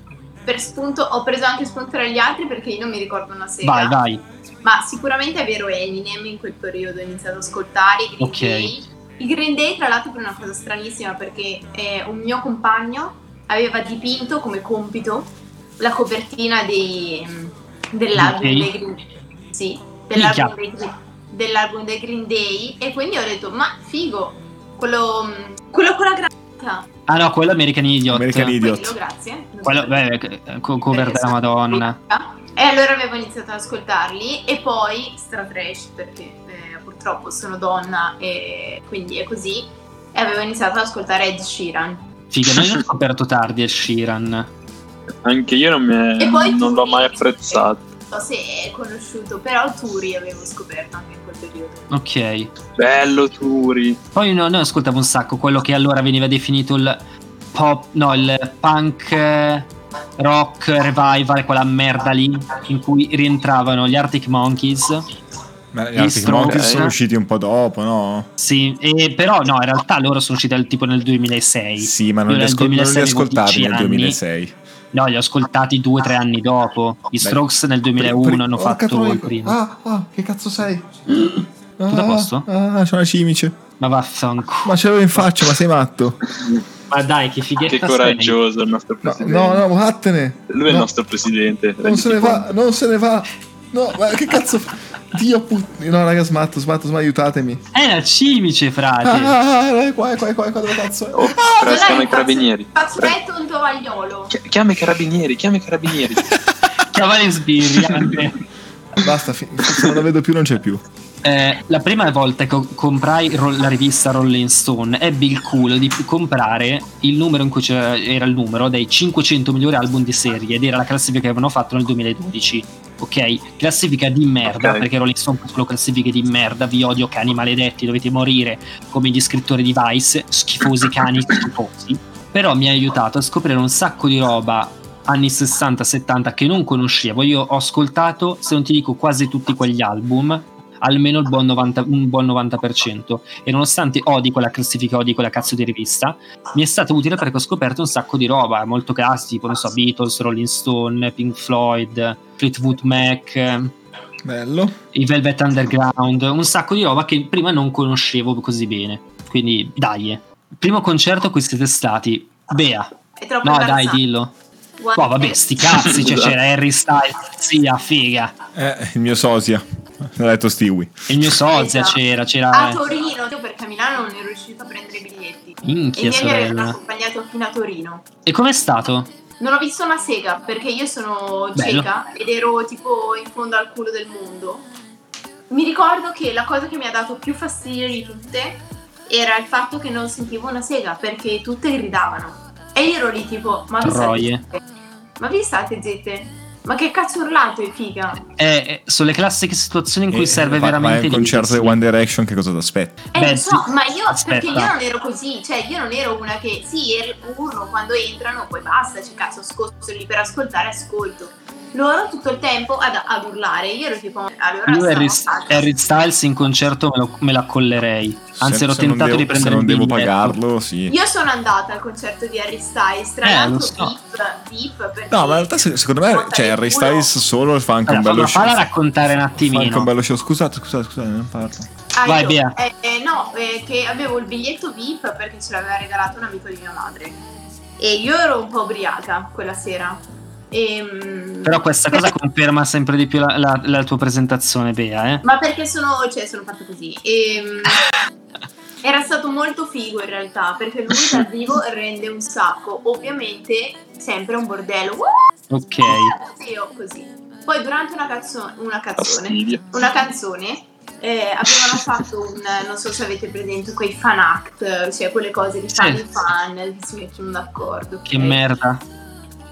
Speaker 4: per spunto ho preso anche spunto dagli altri perché io non mi ricordo una sega.
Speaker 1: vai, vai.
Speaker 4: Ma sicuramente è vero Eminem in quel periodo ho iniziato ad ascoltare i Green
Speaker 1: Ok.
Speaker 4: Day. I Green Day tra l'altro per una cosa stranissima perché eh, un mio compagno aveva dipinto come compito la copertina dei, dell'album
Speaker 1: Green Day?
Speaker 4: dei Green Sì, dell'album
Speaker 1: Minchia.
Speaker 4: dei, dell'album dei Green Day e quindi ho detto ma figo, quello, mm, quello con la granata.
Speaker 1: Ah no, quello è American Idiot.
Speaker 2: American Idiot.
Speaker 4: Quello, grazie.
Speaker 1: Quello, beh, eh, co- cover della Madonna.
Speaker 4: E allora avevo iniziato ad ascoltarli e poi stra trash perché eh, purtroppo sono donna e quindi è così. E avevo iniziato ad ascoltare Ed Sheeran.
Speaker 1: Figa, noi l'ho scoperto tardi Ed Sheeran.
Speaker 3: anche io non, mi-
Speaker 4: E poi
Speaker 3: non
Speaker 4: tu-
Speaker 3: l'ho mai apprezzato
Speaker 4: Non so se è conosciuto, però Turi avevo scoperto anche in quel periodo.
Speaker 1: Ok.
Speaker 3: bello Turi
Speaker 1: Poi no, noi ascoltavo un sacco quello che allora veniva definito il pop, no, il punk eh, rock revival, quella merda lì in cui rientravano gli Arctic Monkeys.
Speaker 2: Ma gli altri
Speaker 1: Stro-
Speaker 2: Monkeys
Speaker 3: ok.
Speaker 2: sono
Speaker 1: eh?
Speaker 2: usciti un po' dopo, no?
Speaker 1: Sì, e però no, in realtà loro sono usciti dal tipo nel 2006.
Speaker 2: Sì, ma non
Speaker 1: Io
Speaker 2: li,
Speaker 1: nel
Speaker 2: ascol- non li
Speaker 1: 2006 avevo
Speaker 2: ascoltavi
Speaker 1: 10
Speaker 2: nel
Speaker 1: anni.
Speaker 2: 2006.
Speaker 1: No, li ho ascoltati due o tre anni dopo. I Strokes nel 2001
Speaker 2: Pri- pri-
Speaker 1: hanno
Speaker 2: porca
Speaker 1: fatto
Speaker 2: troia.
Speaker 1: il primo.
Speaker 2: Ah, ah, che cazzo sei?
Speaker 1: Tutto a posto?
Speaker 2: Ah, c'è una cimice.
Speaker 1: Ma vaffanculo.
Speaker 2: Ma ce l'avevo in faccia, ma sei matto.
Speaker 1: Ma dai, che fighetta
Speaker 3: che coraggioso il nostro
Speaker 2: Ma-
Speaker 3: presidente
Speaker 2: no, no, vattene.
Speaker 3: lui è
Speaker 2: No,
Speaker 3: il nostro presidente
Speaker 2: Non se ne
Speaker 3: renditi
Speaker 2: va, non se ne va. No, ma che cazzo? Dio puttana. No, raga, smatto, smatto, smatto, aiutatemi.
Speaker 1: È la cimice, frate.
Speaker 2: Ah, ah, ah, qua, qua, qua, qua, dove cazzo è?
Speaker 4: Ah,
Speaker 2: Oh,
Speaker 3: Però si chiama i carabinieri.
Speaker 4: Fazzoletto un tovagliolo.
Speaker 3: Chi- Chiama i carabinieri, chiama i carabinieri.
Speaker 1: Cavale sbirri, anche.
Speaker 2: basta, fi- se non la vedo più non c'è più.
Speaker 1: Eh, la prima volta che co- comprai ro- la rivista Rolling Stone ebbi il culo di comprare il numero in cui c'era era il numero dei 500 migliori album di serie ed era la classifica che avevano fatto nel 2012. Ok, classifica di merda,
Speaker 3: Ok.
Speaker 1: perché Rolling Stone fa solo classifiche di merda, vi odio cani maledetti, dovete morire come gli scrittori di Vice, schifosi cani schifosi. Però mi ha aiutato a scoprire un sacco di roba anni 60-70 che non conoscevo. Io ho ascoltato, se non ti dico quasi tutti quegli album, almeno il buon 90 un buon 90%. E nonostante odi quella classifica, odi quella cazzo di rivista, mi è stato utile perché ho scoperto un sacco di roba, molto classico, tipo, non so, Beatles, Rolling Stone, Pink Floyd, Fleetwood Mac, eh,
Speaker 2: Bello.
Speaker 1: i Velvet Underground, un sacco di roba che prima non conoscevo così bene. Quindi, dai. eh. Primo concerto a cui siete stati? Bea.
Speaker 4: È troppo
Speaker 1: No, dai,
Speaker 4: imbarazzante.
Speaker 1: dillo.
Speaker 4: Guarda-
Speaker 1: Oh, vabbè, sti cazzi, cioè, c'era Harry Styles, zia, figa.
Speaker 2: Eh, il mio sosia. L'ha detto Stewie.
Speaker 1: Il mio sozia
Speaker 4: Esatto.
Speaker 1: c'era,
Speaker 4: A
Speaker 1: c'era...
Speaker 4: Torino, io perché a Milano non ero riuscito a prendere i biglietti. E
Speaker 1: Minchia
Speaker 4: i miei mi avevano
Speaker 1: sorella.
Speaker 4: accompagnato fino a Torino.
Speaker 1: E com'è stato?
Speaker 4: Non ho visto una sega perché io sono
Speaker 1: Bello.
Speaker 4: cieca ed ero tipo in fondo al culo del mondo. Mi ricordo che la cosa che mi ha dato più fastidio di tutte era il fatto che non sentivo una sega perché tutte gridavano. E io ero lì tipo, ma vi state
Speaker 1: Troie.
Speaker 4: zitte? Ma vi state zitte? Ma che cazzo urlate, figa?
Speaker 1: Eh, eh, sono le classiche situazioni in cui
Speaker 2: Eh,
Speaker 1: serve
Speaker 2: ma-
Speaker 1: veramente
Speaker 2: Ma è un
Speaker 1: di-
Speaker 2: concerto di One Direction che cosa ti aspetti?
Speaker 4: Eh,
Speaker 1: Beh,
Speaker 4: lo so,
Speaker 1: sì.
Speaker 4: ma io perché
Speaker 1: Aspetta.
Speaker 4: io non ero così, cioè io non ero una che sì, er- urlo quando entrano, poi basta, cioè cazzo, sco- sono lì per ascoltare, ascolto. Loro tutto il tempo ad, ad urlare, io ero tipo allora
Speaker 1: Io
Speaker 4: stiamo
Speaker 1: Harry,
Speaker 4: a casa.
Speaker 1: Harry Styles in concerto me lo, me lo accollerei. Anzi,
Speaker 2: Se-
Speaker 1: ero
Speaker 2: se non
Speaker 1: tentato
Speaker 2: devo-
Speaker 1: di prendere
Speaker 2: Se non
Speaker 1: il
Speaker 2: devo
Speaker 1: biglietto.
Speaker 2: pagarlo, sì.
Speaker 4: Io sono andata al concerto di Harry Styles, tra
Speaker 1: Eh,
Speaker 4: l'altro
Speaker 1: lo so.
Speaker 4: VIP, VIP perché
Speaker 2: No, ma in realtà se- secondo me
Speaker 4: Porta
Speaker 2: cioè,
Speaker 4: il
Speaker 2: Harry
Speaker 4: culo.
Speaker 2: Styles solo fa anche
Speaker 1: Allora,
Speaker 2: un bello
Speaker 1: falla,
Speaker 2: show.
Speaker 1: falla raccontare un
Speaker 2: Fa anche un
Speaker 1: attimino.
Speaker 2: bello show. Scusate, scusate, scusate, non parlo.
Speaker 4: Ah,
Speaker 1: Vai,
Speaker 4: io-
Speaker 1: Bea.
Speaker 4: eh, eh, no, eh, che avevo il biglietto VIP perché ce l'aveva regalato un amico di mia madre. E io ero un po' ubriaca quella sera. Ehm,
Speaker 1: Però questa cosa conferma sempre di più la, la- la tua presentazione, Bea. Eh?
Speaker 4: Ma perché sono, cioè, sono fatta così. Ehm, era stato molto figo in realtà, perché lui dal vivo rende un sacco. Ovviamente sempre un bordello. Uh,
Speaker 1: Ok.
Speaker 4: Io così. Poi durante una, cazzo- una
Speaker 1: Oh,
Speaker 4: canzone,
Speaker 3: Fastidio.
Speaker 4: una canzone eh, avevano fatto un, non so se avete presente, quei fan act, cioè quelle cose che fanno
Speaker 1: Sì.
Speaker 4: i fan, che si mettono d'accordo.
Speaker 1: Che
Speaker 4: ok?
Speaker 1: merda.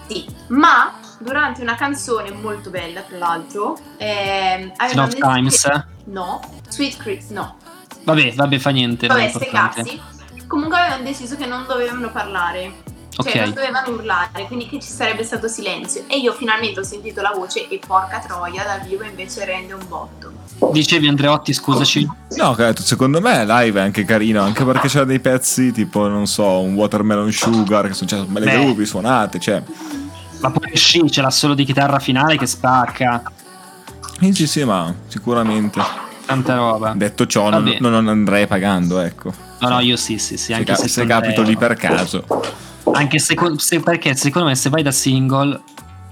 Speaker 4: Sì, ma durante una canzone molto bella, tra l'altro, ehm, avevano
Speaker 1: Enough
Speaker 4: deciso
Speaker 1: Times.
Speaker 4: che- No, Sweet Chris, no.
Speaker 1: Vabbè, vabbè, fa niente. non è
Speaker 4: Vabbè, ste
Speaker 1: importante.
Speaker 4: cazzi. Comunque avevano deciso che non dovevano parlare, cioè non
Speaker 1: Ok.
Speaker 4: dovevano urlare, quindi che ci sarebbe stato silenzio. E io finalmente ho sentito la voce e porca troia, dal vivo invece rende un botto.
Speaker 1: Dicevi Andreotti, scusaci.
Speaker 2: No, ho detto, secondo me live è anche carino, anche perché c'era dei pezzi tipo, non so, un Watermelon Sugar, che sono cioè, belle
Speaker 1: Beh.
Speaker 2: groove suonate, cioè.
Speaker 1: Ma poi Shin ce l'ha solo di chitarra finale che spacca.
Speaker 2: Sì, sì, sì, ma sicuramente.
Speaker 1: Tanta roba.
Speaker 2: Detto ciò, non,
Speaker 1: Vabbè.
Speaker 2: non- non andrei pagando, ecco.
Speaker 1: No, no, io sì, sì, sì.
Speaker 2: Se,
Speaker 1: Anche
Speaker 2: ca-
Speaker 1: se,
Speaker 2: se
Speaker 1: sono
Speaker 2: capito
Speaker 1: tre
Speaker 2: lì
Speaker 1: euro.
Speaker 2: per caso,
Speaker 1: Anche se, se- perché secondo me se vai da single,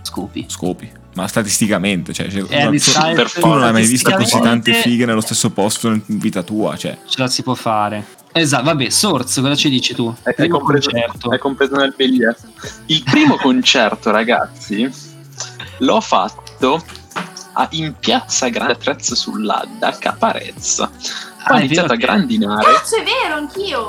Speaker 1: scopi.
Speaker 2: scopi. Ma statisticamente, cioè, cioè,
Speaker 1: Eh, Harry
Speaker 2: tu,
Speaker 1: Styles,
Speaker 2: tu non hai mai visto così tante
Speaker 1: statisticamente-
Speaker 2: fighe nello stesso posto in vita tua, cioè.
Speaker 1: Ce la si può fare. Esatto, vabbè, Source, cosa ci dici tu?
Speaker 3: È, è
Speaker 1: Primo
Speaker 3: compreso,
Speaker 1: concerto. Ah,
Speaker 3: è compreso nel biglietto. Il primo concerto, ragazzi, l'ho fatto a- in piazza Grande Trezzo sull'Adda a Caparezza.
Speaker 1: Ah,
Speaker 3: Ho
Speaker 1: è
Speaker 3: iniziato
Speaker 1: vero
Speaker 3: a
Speaker 1: che-
Speaker 3: grandinare.
Speaker 4: Cazzo, è vero, anch'io!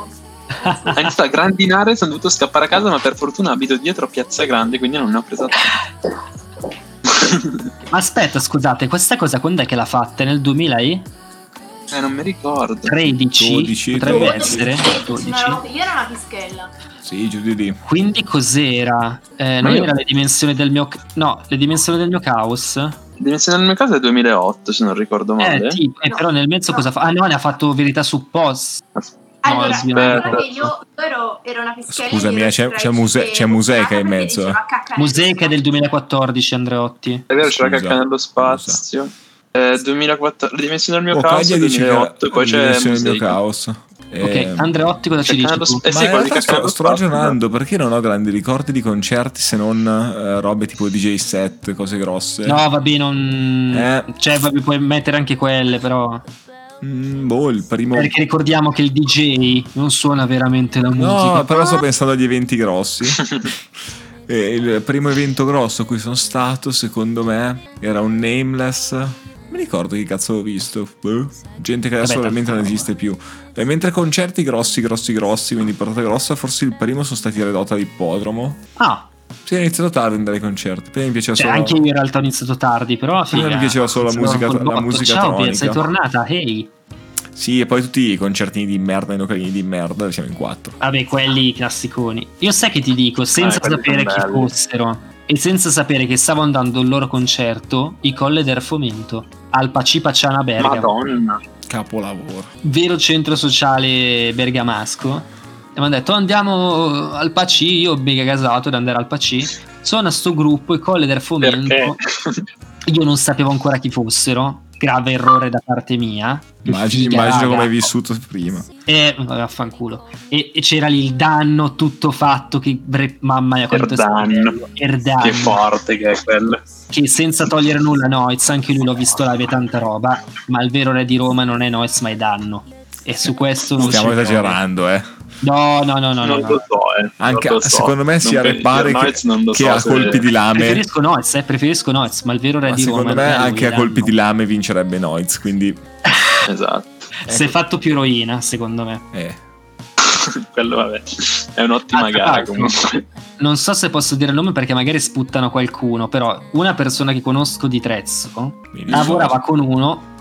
Speaker 3: Ho iniziato a grandinare, sono dovuto scappare a casa, ma per fortuna abito dietro a Piazza Grande, quindi non ne ho presa tanto.
Speaker 1: Ma aspetta, scusate, questa cosa quando è che l'ha fatta? Nel 2013?
Speaker 3: eh, non mi ricordo.
Speaker 2: 12,
Speaker 1: potrebbe
Speaker 2: 12.
Speaker 1: essere?
Speaker 4: Una
Speaker 1: 12.
Speaker 4: roba- Io ero una pischella.
Speaker 2: Sì, giù di lì.
Speaker 1: Quindi cos'era? Eh, non
Speaker 3: Ma io-
Speaker 1: era le dimensioni del mio... No, le dimensioni del mio caos?
Speaker 3: Dimensione del mio caso è 2008, se non ricordo male.
Speaker 1: Eh, tipo, eh,
Speaker 4: No.
Speaker 1: però nel mezzo
Speaker 4: No.
Speaker 1: cosa fa? Ah no, ne ha fatto verità su post.
Speaker 4: Allora,
Speaker 1: sbirro.
Speaker 4: allora che io io ero, ero una pischella.
Speaker 2: Scusami,
Speaker 4: ero
Speaker 2: eh, c'è-
Speaker 4: tra
Speaker 2: c'è
Speaker 4: i
Speaker 2: Muse-
Speaker 4: cinque
Speaker 2: c'è Museica in
Speaker 4: perché
Speaker 2: mezzo,
Speaker 4: diceva
Speaker 2: eh.
Speaker 4: cacca nel
Speaker 1: Museica del
Speaker 4: spazio.
Speaker 1: 2014, Andreotti.
Speaker 3: È vero, c'era
Speaker 2: Scusa.
Speaker 3: Cacca nello spazio. Eh, 2004, le dimensioni del mio
Speaker 2: Oh,
Speaker 3: caos è
Speaker 2: Caglia dice che
Speaker 3: 2008, poi
Speaker 2: dimensione del
Speaker 3: c'è
Speaker 2: mio
Speaker 3: Musica.
Speaker 2: caos. Eh,
Speaker 1: Ok, Andreotti cosa ci dice?
Speaker 3: Carlo Sp-
Speaker 1: tu?
Speaker 3: eh sì,
Speaker 2: Ma in
Speaker 3: quasi
Speaker 2: realtà sto,
Speaker 3: Carlo
Speaker 2: sto
Speaker 3: Sparta.
Speaker 2: ragionando perché non ho grandi ricordi di concerti se non eh, robe tipo DJ set, cose grosse.
Speaker 1: No, vabbè, non...
Speaker 2: Eh. Boh.
Speaker 1: Cioè, vabbè, puoi mettere anche quelle, però...
Speaker 2: Mm, boh, il primo.
Speaker 1: Perché ricordiamo che il DJ non suona veramente la musica.
Speaker 2: No, però sto pensando agli eventi grossi. E il primo evento grosso a cui sono stato, secondo me, era un nameless. Non Mi ricordo che cazzo ho visto. Boh. Gente che adesso
Speaker 1: Vabbè,
Speaker 2: veramente non
Speaker 1: tanto-
Speaker 2: esiste più. E mentre concerti grossi, grossi, grossi, quindi portata grossa, forse il primo sono stati Redota all'ippodromo.
Speaker 1: Ah,
Speaker 2: Si era iniziato tardi ad andare ai concerti. Prima mi piaceva
Speaker 1: cioè,
Speaker 2: solo.
Speaker 1: anche io in realtà ho iniziato tardi, però...
Speaker 2: Sì,
Speaker 1: Figa,
Speaker 2: mi piaceva solo la
Speaker 1: sono
Speaker 2: musica-
Speaker 1: col
Speaker 2: la
Speaker 1: botto.
Speaker 2: musica
Speaker 1: Ciao, Pier,
Speaker 2: tronica.
Speaker 1: sei tornata, ehi!
Speaker 2: Sì, e poi tutti i concertini di merda, i localini di merda, siamo in quattro.
Speaker 1: Vabbè, quelli classiconi. Io sai che ti dico, senza
Speaker 3: Eh, quelli
Speaker 1: sapere
Speaker 3: son
Speaker 1: chi
Speaker 3: belli.
Speaker 1: fossero e senza sapere che stavo andando al loro concerto, i Colle del Fomento, al Pacipaciana Bergamo,
Speaker 3: Madonna.
Speaker 2: Capolavoro.
Speaker 1: vero centro sociale bergamasco. E mi hanno detto andiamo al Paci, io mega gasato ad andare al Paci. Sono a sto gruppo, i Colle del Fomento.
Speaker 3: Perché?
Speaker 1: Io non sapevo ancora chi fossero, grave errore da parte mia.
Speaker 2: Immagini,
Speaker 1: Figa,
Speaker 2: immagino come
Speaker 1: raga.
Speaker 2: hai vissuto prima.
Speaker 1: E vabbè, vaffanculo. E, e c'era lì il danno tutto fatto. Che bre- mamma mia, quanto è stato
Speaker 3: Erdan.
Speaker 1: bello. Erdan,
Speaker 3: Che forte che è quello.
Speaker 1: che senza togliere nulla, Noiz, anche lui l'ho visto live e tanta roba. Ma il vero re di Roma non è Noiz, ma è danno. E su questo non
Speaker 2: Stiamo
Speaker 1: c'è
Speaker 2: esagerando, eh.
Speaker 1: No, no, no, no. no,
Speaker 3: non
Speaker 1: no.
Speaker 3: lo so, eh.
Speaker 2: Anche-
Speaker 3: non lo so.
Speaker 2: secondo me si
Speaker 3: Non per-
Speaker 2: repare
Speaker 3: per
Speaker 2: che-
Speaker 3: Knights non lo
Speaker 2: che
Speaker 3: so
Speaker 2: a
Speaker 3: se-
Speaker 2: colpi di lame.
Speaker 1: Preferisco Noiz, eh, preferisco Noiz, ma il vero re
Speaker 2: Ma
Speaker 1: di Roma
Speaker 2: secondo
Speaker 1: non
Speaker 2: me
Speaker 1: è lui,
Speaker 2: anche a
Speaker 1: Danno.
Speaker 2: colpi di lame vincerebbe Noiz, quindi
Speaker 3: Esatto.
Speaker 1: Si è fatto più eroina, secondo me.
Speaker 2: eh.
Speaker 3: Quello vabbè. È un'ottima
Speaker 1: Ah, tra
Speaker 3: gara
Speaker 1: l'altro.
Speaker 3: comunque.
Speaker 1: Non so se posso dire il nome perché magari sputtano qualcuno, però una persona che conosco di Trezzo
Speaker 2: Mi
Speaker 1: lavorava con uno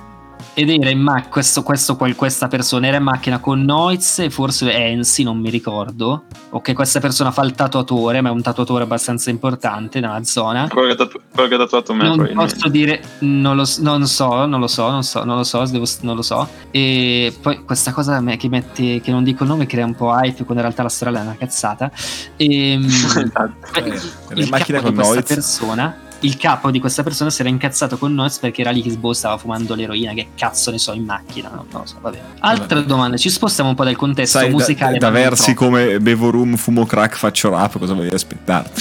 Speaker 1: ed era in macchina, questo, questo, quel- questa persona era in macchina con Noiz e forse Ensi, non mi ricordo, ok questa persona fa il tatuatore, ma è un tatuatore abbastanza importante nella zona.
Speaker 3: Quello che ha tatu- quello che ha tatuato me
Speaker 1: Non
Speaker 3: probabilmente.
Speaker 1: posso dire, non lo, s- non so, non lo so, non so, non lo so, devo s- non lo so. E poi questa cosa a me che mette, che non dico il nome, crea un po' hype, quando in realtà la sorella è una cazzata. Ehm
Speaker 3: Esatto.
Speaker 2: Eh, era in
Speaker 1: il
Speaker 2: macchina
Speaker 1: capo di
Speaker 2: con
Speaker 1: questa
Speaker 2: Noiz.
Speaker 1: persona il capo di questa persona si era incazzato con Noiz perché era lì che sbo stava fumando l'eroina che cazzo ne so in macchina no, non lo so, vabbè. altra
Speaker 2: Vabbè.
Speaker 1: domanda ci spostiamo un po' dal contesto
Speaker 2: Sai, da-
Speaker 1: musicale
Speaker 2: da,
Speaker 1: ma non
Speaker 2: versi
Speaker 1: troppo.
Speaker 2: come bevo rum, fumo crack, faccio rap, cosa volevi aspettarti?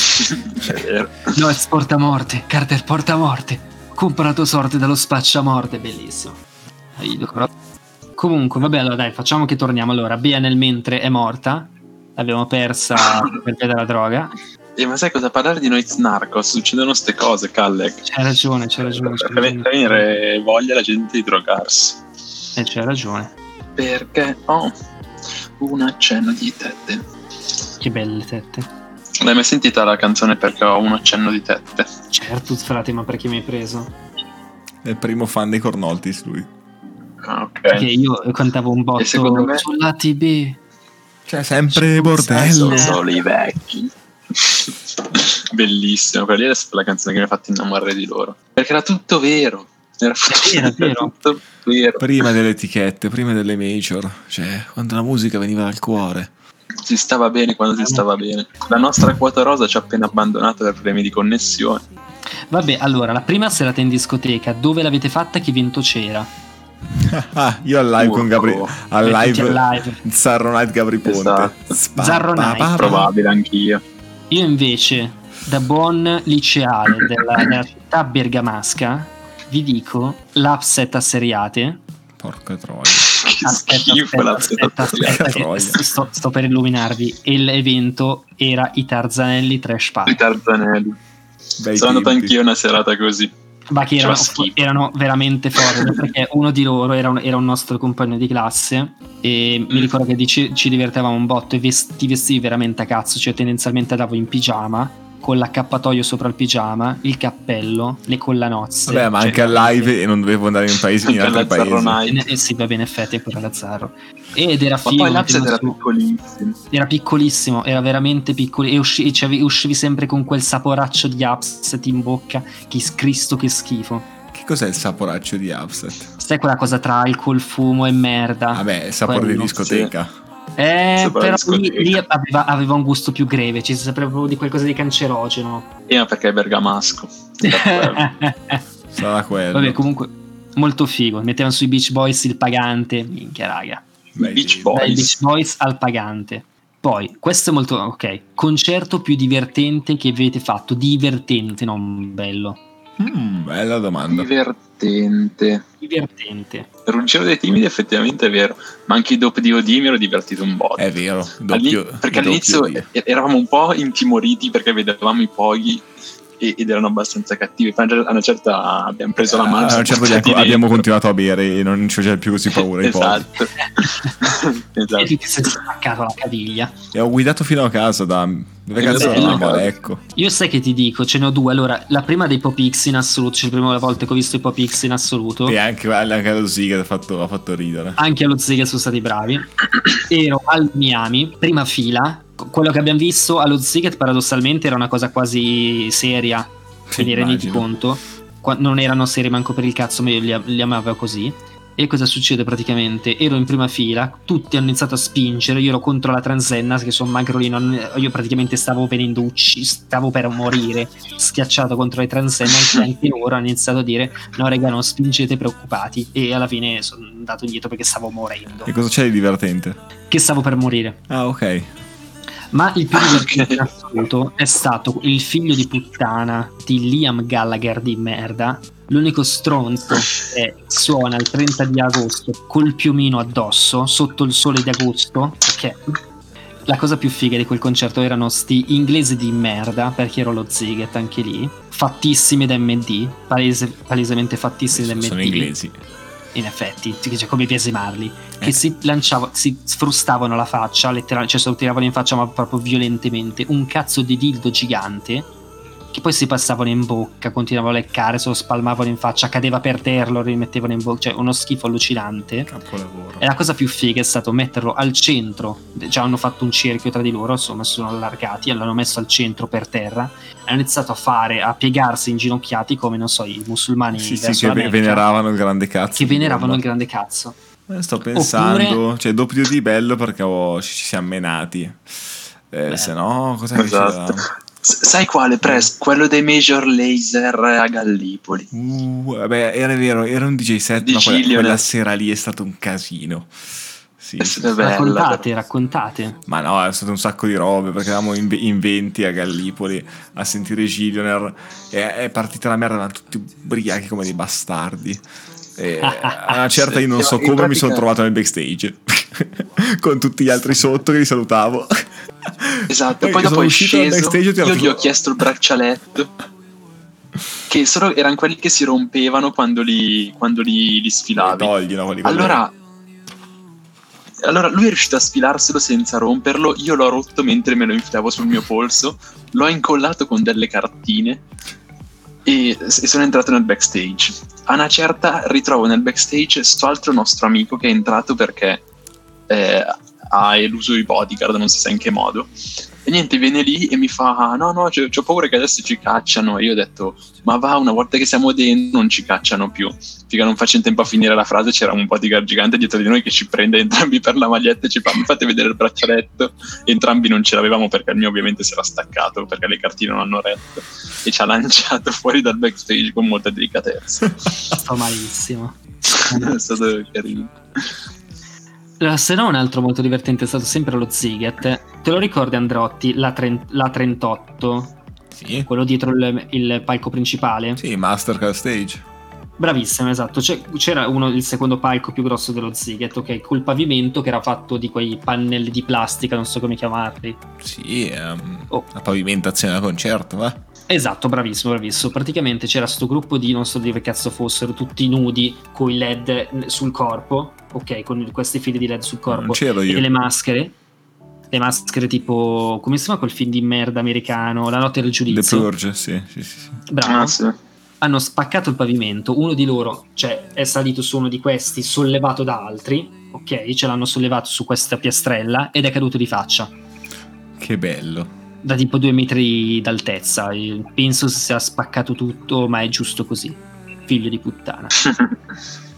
Speaker 3: È vero.
Speaker 1: Noiz porta morte Carter porta morte compra la tua sorte dallo spacciamorte bellissimo Ai, però- comunque vabbè allora dai facciamo che torniamo allora Bea nel mentre è morta l'abbiamo persa per via della droga
Speaker 3: Eh, ma sai cosa parlare di Noiz Narcos? Succedono ste cose, Kallek.
Speaker 1: c'è ragione c'è ragione c'è
Speaker 3: Per
Speaker 1: ragione,
Speaker 3: venire voglia la gente di drogarsi.
Speaker 1: Eh, c'è ragione.
Speaker 3: Perché ho un accenno di tette.
Speaker 1: che belle tette
Speaker 3: L'hai mai sentita la canzone perché ho un accenno di tette?
Speaker 1: Certo, frate, ma perché mi hai
Speaker 3: Eh.
Speaker 1: preso?
Speaker 2: È il primo fan dei Cornoltis lui.
Speaker 3: Ah, ok.
Speaker 1: Perché io cantavo un botto
Speaker 3: E secondo me-
Speaker 1: sulla TB.
Speaker 2: Cioè, sempre bordello.
Speaker 3: Eh, Sono solo i vecchi. Bellissimo, quella lì è stata la canzone che mi ha fatto innamorare di loro. Perché era tutto vero. Era,
Speaker 1: vero, è vero.
Speaker 3: tutto vero.
Speaker 2: Prima delle etichette, prima delle major, cioè, quando la musica veniva dal cuore.
Speaker 3: Si stava bene quando
Speaker 1: Ah,
Speaker 3: si stava bene. La nostra quota rosa ci ha appena abbandonato per problemi di connessione.
Speaker 1: Vabbè, allora, la prima serata in discoteca, dove l'avete fatta e che vento c'era?
Speaker 2: Ah, io al live con Gabri. Ah,
Speaker 3: Urco.
Speaker 2: Al
Speaker 1: Mettiti al
Speaker 2: live.
Speaker 1: live.
Speaker 2: Zarro Knight Gabri Ponte.
Speaker 3: Esatto.
Speaker 2: Spa-
Speaker 1: Zarro Knight,
Speaker 2: pa- pa- pa-
Speaker 3: Probabile anch'io.
Speaker 1: Io invece, da buon liceale della, della città bergamasca, vi dico l'upset a seriate.
Speaker 2: Porca troia.
Speaker 3: Che
Speaker 1: Aspetta,
Speaker 3: schifo
Speaker 1: aspetta,
Speaker 3: la
Speaker 1: aspetta, aspetta, che
Speaker 2: Troia.
Speaker 1: sto, sto per illuminarvi. E l'evento era i Tarzanelli Trash
Speaker 3: di
Speaker 1: Party.
Speaker 3: Tarzanelli.
Speaker 2: Bei
Speaker 3: Sono andato
Speaker 2: tempi.
Speaker 3: anch'io a una serata così.
Speaker 1: ma che erano,
Speaker 3: Fa schifo.
Speaker 1: erano veramente forti perché uno di loro era un, era un nostro compagno di classe e mi ricordo che dice- ci divertivamo un botto e vest- ti vestivi veramente a cazzo cioè tendenzialmente andavo in pigiama con l'accappatoio sopra il pigiama il cappello le collanozze
Speaker 2: Vabbè, ma
Speaker 1: Cioè,
Speaker 2: anche al live e non dovevo andare in paesi in
Speaker 3: Anche
Speaker 2: altri
Speaker 3: alla Zarro
Speaker 2: paesi.
Speaker 1: in-
Speaker 3: Knight.
Speaker 1: eh sì, va bene, in effetti è quello Lazzaro. Ed era
Speaker 3: Ma
Speaker 1: figo.
Speaker 3: poi l'upset
Speaker 1: metteva
Speaker 3: era
Speaker 1: su-
Speaker 3: piccolissimo.
Speaker 1: era piccolissimo, era veramente piccolo e usci- e c'avevi- uscivi sempre con quel saporaccio di upset in bocca. Che Cristo, che schifo.
Speaker 2: Che cos'è il saporaccio di Upset?
Speaker 1: Sai quella cosa tra alcol, fumo e
Speaker 3: Ah,
Speaker 1: merda?
Speaker 2: Vabbè, il sapore di
Speaker 1: quello,
Speaker 2: discoteca.
Speaker 1: Eh,
Speaker 3: Sopra la
Speaker 1: però lì,
Speaker 3: discoteca.
Speaker 1: lì aveva, aveva un gusto più greve, ci si sapeva proprio di qualcosa di cancerogeno.
Speaker 3: Eh, ma perché è bergamasco. Eh,
Speaker 1: Vabbè,
Speaker 2: Sarà quello.
Speaker 1: comunque, molto figo. Mettevano sui Beach Boys il pagante, minchia raga.
Speaker 2: Vai,
Speaker 3: Beach
Speaker 2: Gino.
Speaker 3: Boys.
Speaker 1: dai Beach Boys al pagante. Poi, questo è molto... ok, concerto più divertente che avete fatto, divertente, non bello,
Speaker 2: Mm, bella domanda.
Speaker 3: Divertente.
Speaker 1: divertente.
Speaker 3: Per un giro dei timidi effettivamente è vero, ma anche i dopo di OD mi ero divertito un botto.
Speaker 2: È vero,
Speaker 3: All'in-
Speaker 2: doppio,
Speaker 3: perché
Speaker 2: doppio
Speaker 3: all'inizio
Speaker 2: di-
Speaker 3: e- eravamo un po' intimoriti perché vedevamo i poghi e- ed erano abbastanza cattivi. Poi a una certa abbiamo preso la mano.
Speaker 2: Ah,
Speaker 3: e
Speaker 2: a un
Speaker 3: siamo
Speaker 2: certo
Speaker 3: portati
Speaker 2: punto abbiamo
Speaker 3: dentro.
Speaker 2: continuato a bere e non c'è più così paura. i poveri.
Speaker 3: Esatto.
Speaker 1: E
Speaker 3: esatto.
Speaker 1: ti sei staccato la caviglia.
Speaker 2: E ho guidato fino a casa da... Dove
Speaker 3: È
Speaker 2: cazzo
Speaker 1: bello.
Speaker 2: eravamo? Ecco.
Speaker 1: Io sai che ti dico, ce ne ho due. Allora, la prima dei Pop X in assoluto, cioè la prima volta che ho visto i Pop X in assoluto.
Speaker 2: E anche, anche lo Ziga ha fatto, ha fatto ridere.
Speaker 1: anche allo Zega sono stati bravi. Ero al Miami, prima fila. Co- Quello che abbiamo visto allo Ziget paradossalmente era una cosa quasi seria, quindi renditi
Speaker 2: Immagino.
Speaker 1: conto. Qua- non erano serie manco per il cazzo, ma io li, li amavo così. E cosa succede praticamente? Ero in prima fila, tutti hanno iniziato a spingere, io ero contro la transenna, che sono magro lì, non- io praticamente stavo venendo ucciso, stavo per morire, schiacciato contro le transenna, e anche loro hanno iniziato a dire no raga non spingete preoccupati e alla fine sono andato dietro perché stavo morendo
Speaker 2: E cosa c'è di divertente?
Speaker 1: che stavo per morire
Speaker 2: Ah, ok.
Speaker 1: ma il più
Speaker 3: Ah,
Speaker 1: divertente in
Speaker 3: ok.
Speaker 1: assoluto è stato il figlio di puttana di Liam Gallagher di merda l'unico stronzo che suona il 30 di agosto col piomino addosso sotto il sole di agosto ok la cosa più figa di quel concerto erano sti inglesi di merda, perché ero lo Ziget anche lì, fattissimi da MD, palese- palesemente fattissimi da MD
Speaker 2: Sono inglesi.
Speaker 1: in effetti, cioè come biasimarli, che
Speaker 2: Eh.
Speaker 1: si lanciavano, si sfrustavano la faccia, letteralmente, cioè se lo tiravano in faccia ma proprio violentemente, un cazzo di dildo gigante che poi si passavano in bocca, continuavano a leccare, se lo spalmavano in faccia, cadeva per terra, lo rimettevano in bocca, cioè uno schifo allucinante.
Speaker 2: Capolavoro.
Speaker 1: E la cosa più figa è stato metterlo al centro. Già hanno fatto un cerchio tra di loro, insomma, si sono allargati e l'hanno messo al centro per terra. E hanno iniziato a fare, a piegarsi inginocchiati come, non so, i musulmani
Speaker 2: Sì, sì,
Speaker 1: verso
Speaker 2: che
Speaker 1: la
Speaker 2: ve-
Speaker 1: Mecca,
Speaker 2: veneravano il grande cazzo.
Speaker 1: che
Speaker 2: di
Speaker 1: veneravano
Speaker 2: Roma.
Speaker 1: il grande cazzo.
Speaker 2: Eh, Sto pensando,
Speaker 1: Oppure-
Speaker 2: cioè doppio di bello perché ho- ci, ci siamo menati. Eh,
Speaker 1: Beh.
Speaker 2: se no, cosa
Speaker 3: Esatto. S- Sai quale, Pres? Quello dei Major Laser a Gallipoli.
Speaker 2: Uh, vabbè, era vero, era un DJ set,
Speaker 3: Di
Speaker 2: ma quella,
Speaker 3: Cilio, eh.
Speaker 2: quella
Speaker 3: no?
Speaker 2: sera lì è stato un casino. Sì,
Speaker 3: È
Speaker 2: sì,
Speaker 3: stato
Speaker 2: sì.
Speaker 3: Bella,
Speaker 1: raccontate,
Speaker 3: però.
Speaker 1: raccontate.
Speaker 2: Ma no, è stato un sacco di robe perché eravamo in, in 20 a Gallipoli a sentire Gillioner e è partita la merda, erano tutti ubriachi come dei bastardi. E a una certa io non so
Speaker 3: In
Speaker 2: come mi
Speaker 3: pratica-
Speaker 2: sono trovato nel backstage con tutti gli altri sotto che li salutavo.
Speaker 3: Esatto,
Speaker 2: Poi
Speaker 3: poi
Speaker 2: Eh, sono
Speaker 3: dopo è
Speaker 2: uscito dal
Speaker 3: sceso,
Speaker 2: backstage e ti ho
Speaker 3: io gli ho
Speaker 2: fatto-
Speaker 3: chiesto il braccialetto. Che solo erano quelli che si rompevano quando li, quando li, li
Speaker 2: Li
Speaker 3: sfilavi.
Speaker 2: togli, no, quelli-
Speaker 3: Allora, allora lui è riuscito a sfilarselo senza romperlo. Io l'ho rotto mentre me lo infilavo sul mio polso. L'ho incollato con delle cartine e, e sono entrato nel backstage. A una certa ritrovo nel backstage sto altro nostro amico che è entrato perché eh, ha eluso i bodyguard, non si sa in che modo. E niente, viene lì e mi fa: No, no, c'ho, c'ho paura che adesso ci cacciano. E io ho detto: Ma va, una volta che siamo dentro, non ci cacciano più. Figa, non faccio in tempo a finire la frase. C'era un bodyguard gigante dietro di noi che ci prende entrambi per la maglietta e ci fa: Mi fate vedere il braccialetto. Entrambi non ce l'avevamo perché il mio, ovviamente, si era staccato perché le cartine non hanno retto. E ci ha lanciato fuori dal backstage con molta delicatezza.
Speaker 1: Sto malissimo.
Speaker 3: È stato carino.
Speaker 1: Allora, Se no, un altro molto divertente è stato sempre lo Ziget. Te lo ricordi, Androtti? La, tren- la 38,
Speaker 2: Sì,
Speaker 1: quello dietro il, il palco principale?
Speaker 2: sì, Masterclass Stage.
Speaker 1: Bravissimo, esatto. C'è- c'era uno, il secondo palco più grosso dello Ziget, ok? Col pavimento che era fatto di quei pannelli di plastica, non so come chiamarli.
Speaker 2: Sì, ehm,
Speaker 1: Oh.
Speaker 2: la pavimentazione da concerto, va.
Speaker 1: Esatto, bravissimo, bravissimo. Praticamente c'era sto gruppo di non so di che cazzo fossero, tutti nudi, con i LED sul corpo, ok, con questi fili di LED sul
Speaker 2: Non
Speaker 1: corpo
Speaker 2: c'ero
Speaker 1: e
Speaker 2: io.
Speaker 1: le maschere. Le maschere tipo come si chiama quel film di merda americano, La notte del
Speaker 2: The
Speaker 1: giudizio.
Speaker 2: Purge, sì, sì, sì. sì.
Speaker 1: Bravo.
Speaker 3: Ah, sì.
Speaker 1: hanno spaccato il pavimento, uno di loro, cioè è salito su uno di questi, sollevato da altri, ok? Ce l'hanno sollevato su questa piastrella ed è caduto di faccia,
Speaker 2: Che bello.
Speaker 1: da tipo due metri d'altezza. E Penso si sia spaccato tutto, ma è giusto così. Figlio di puttana.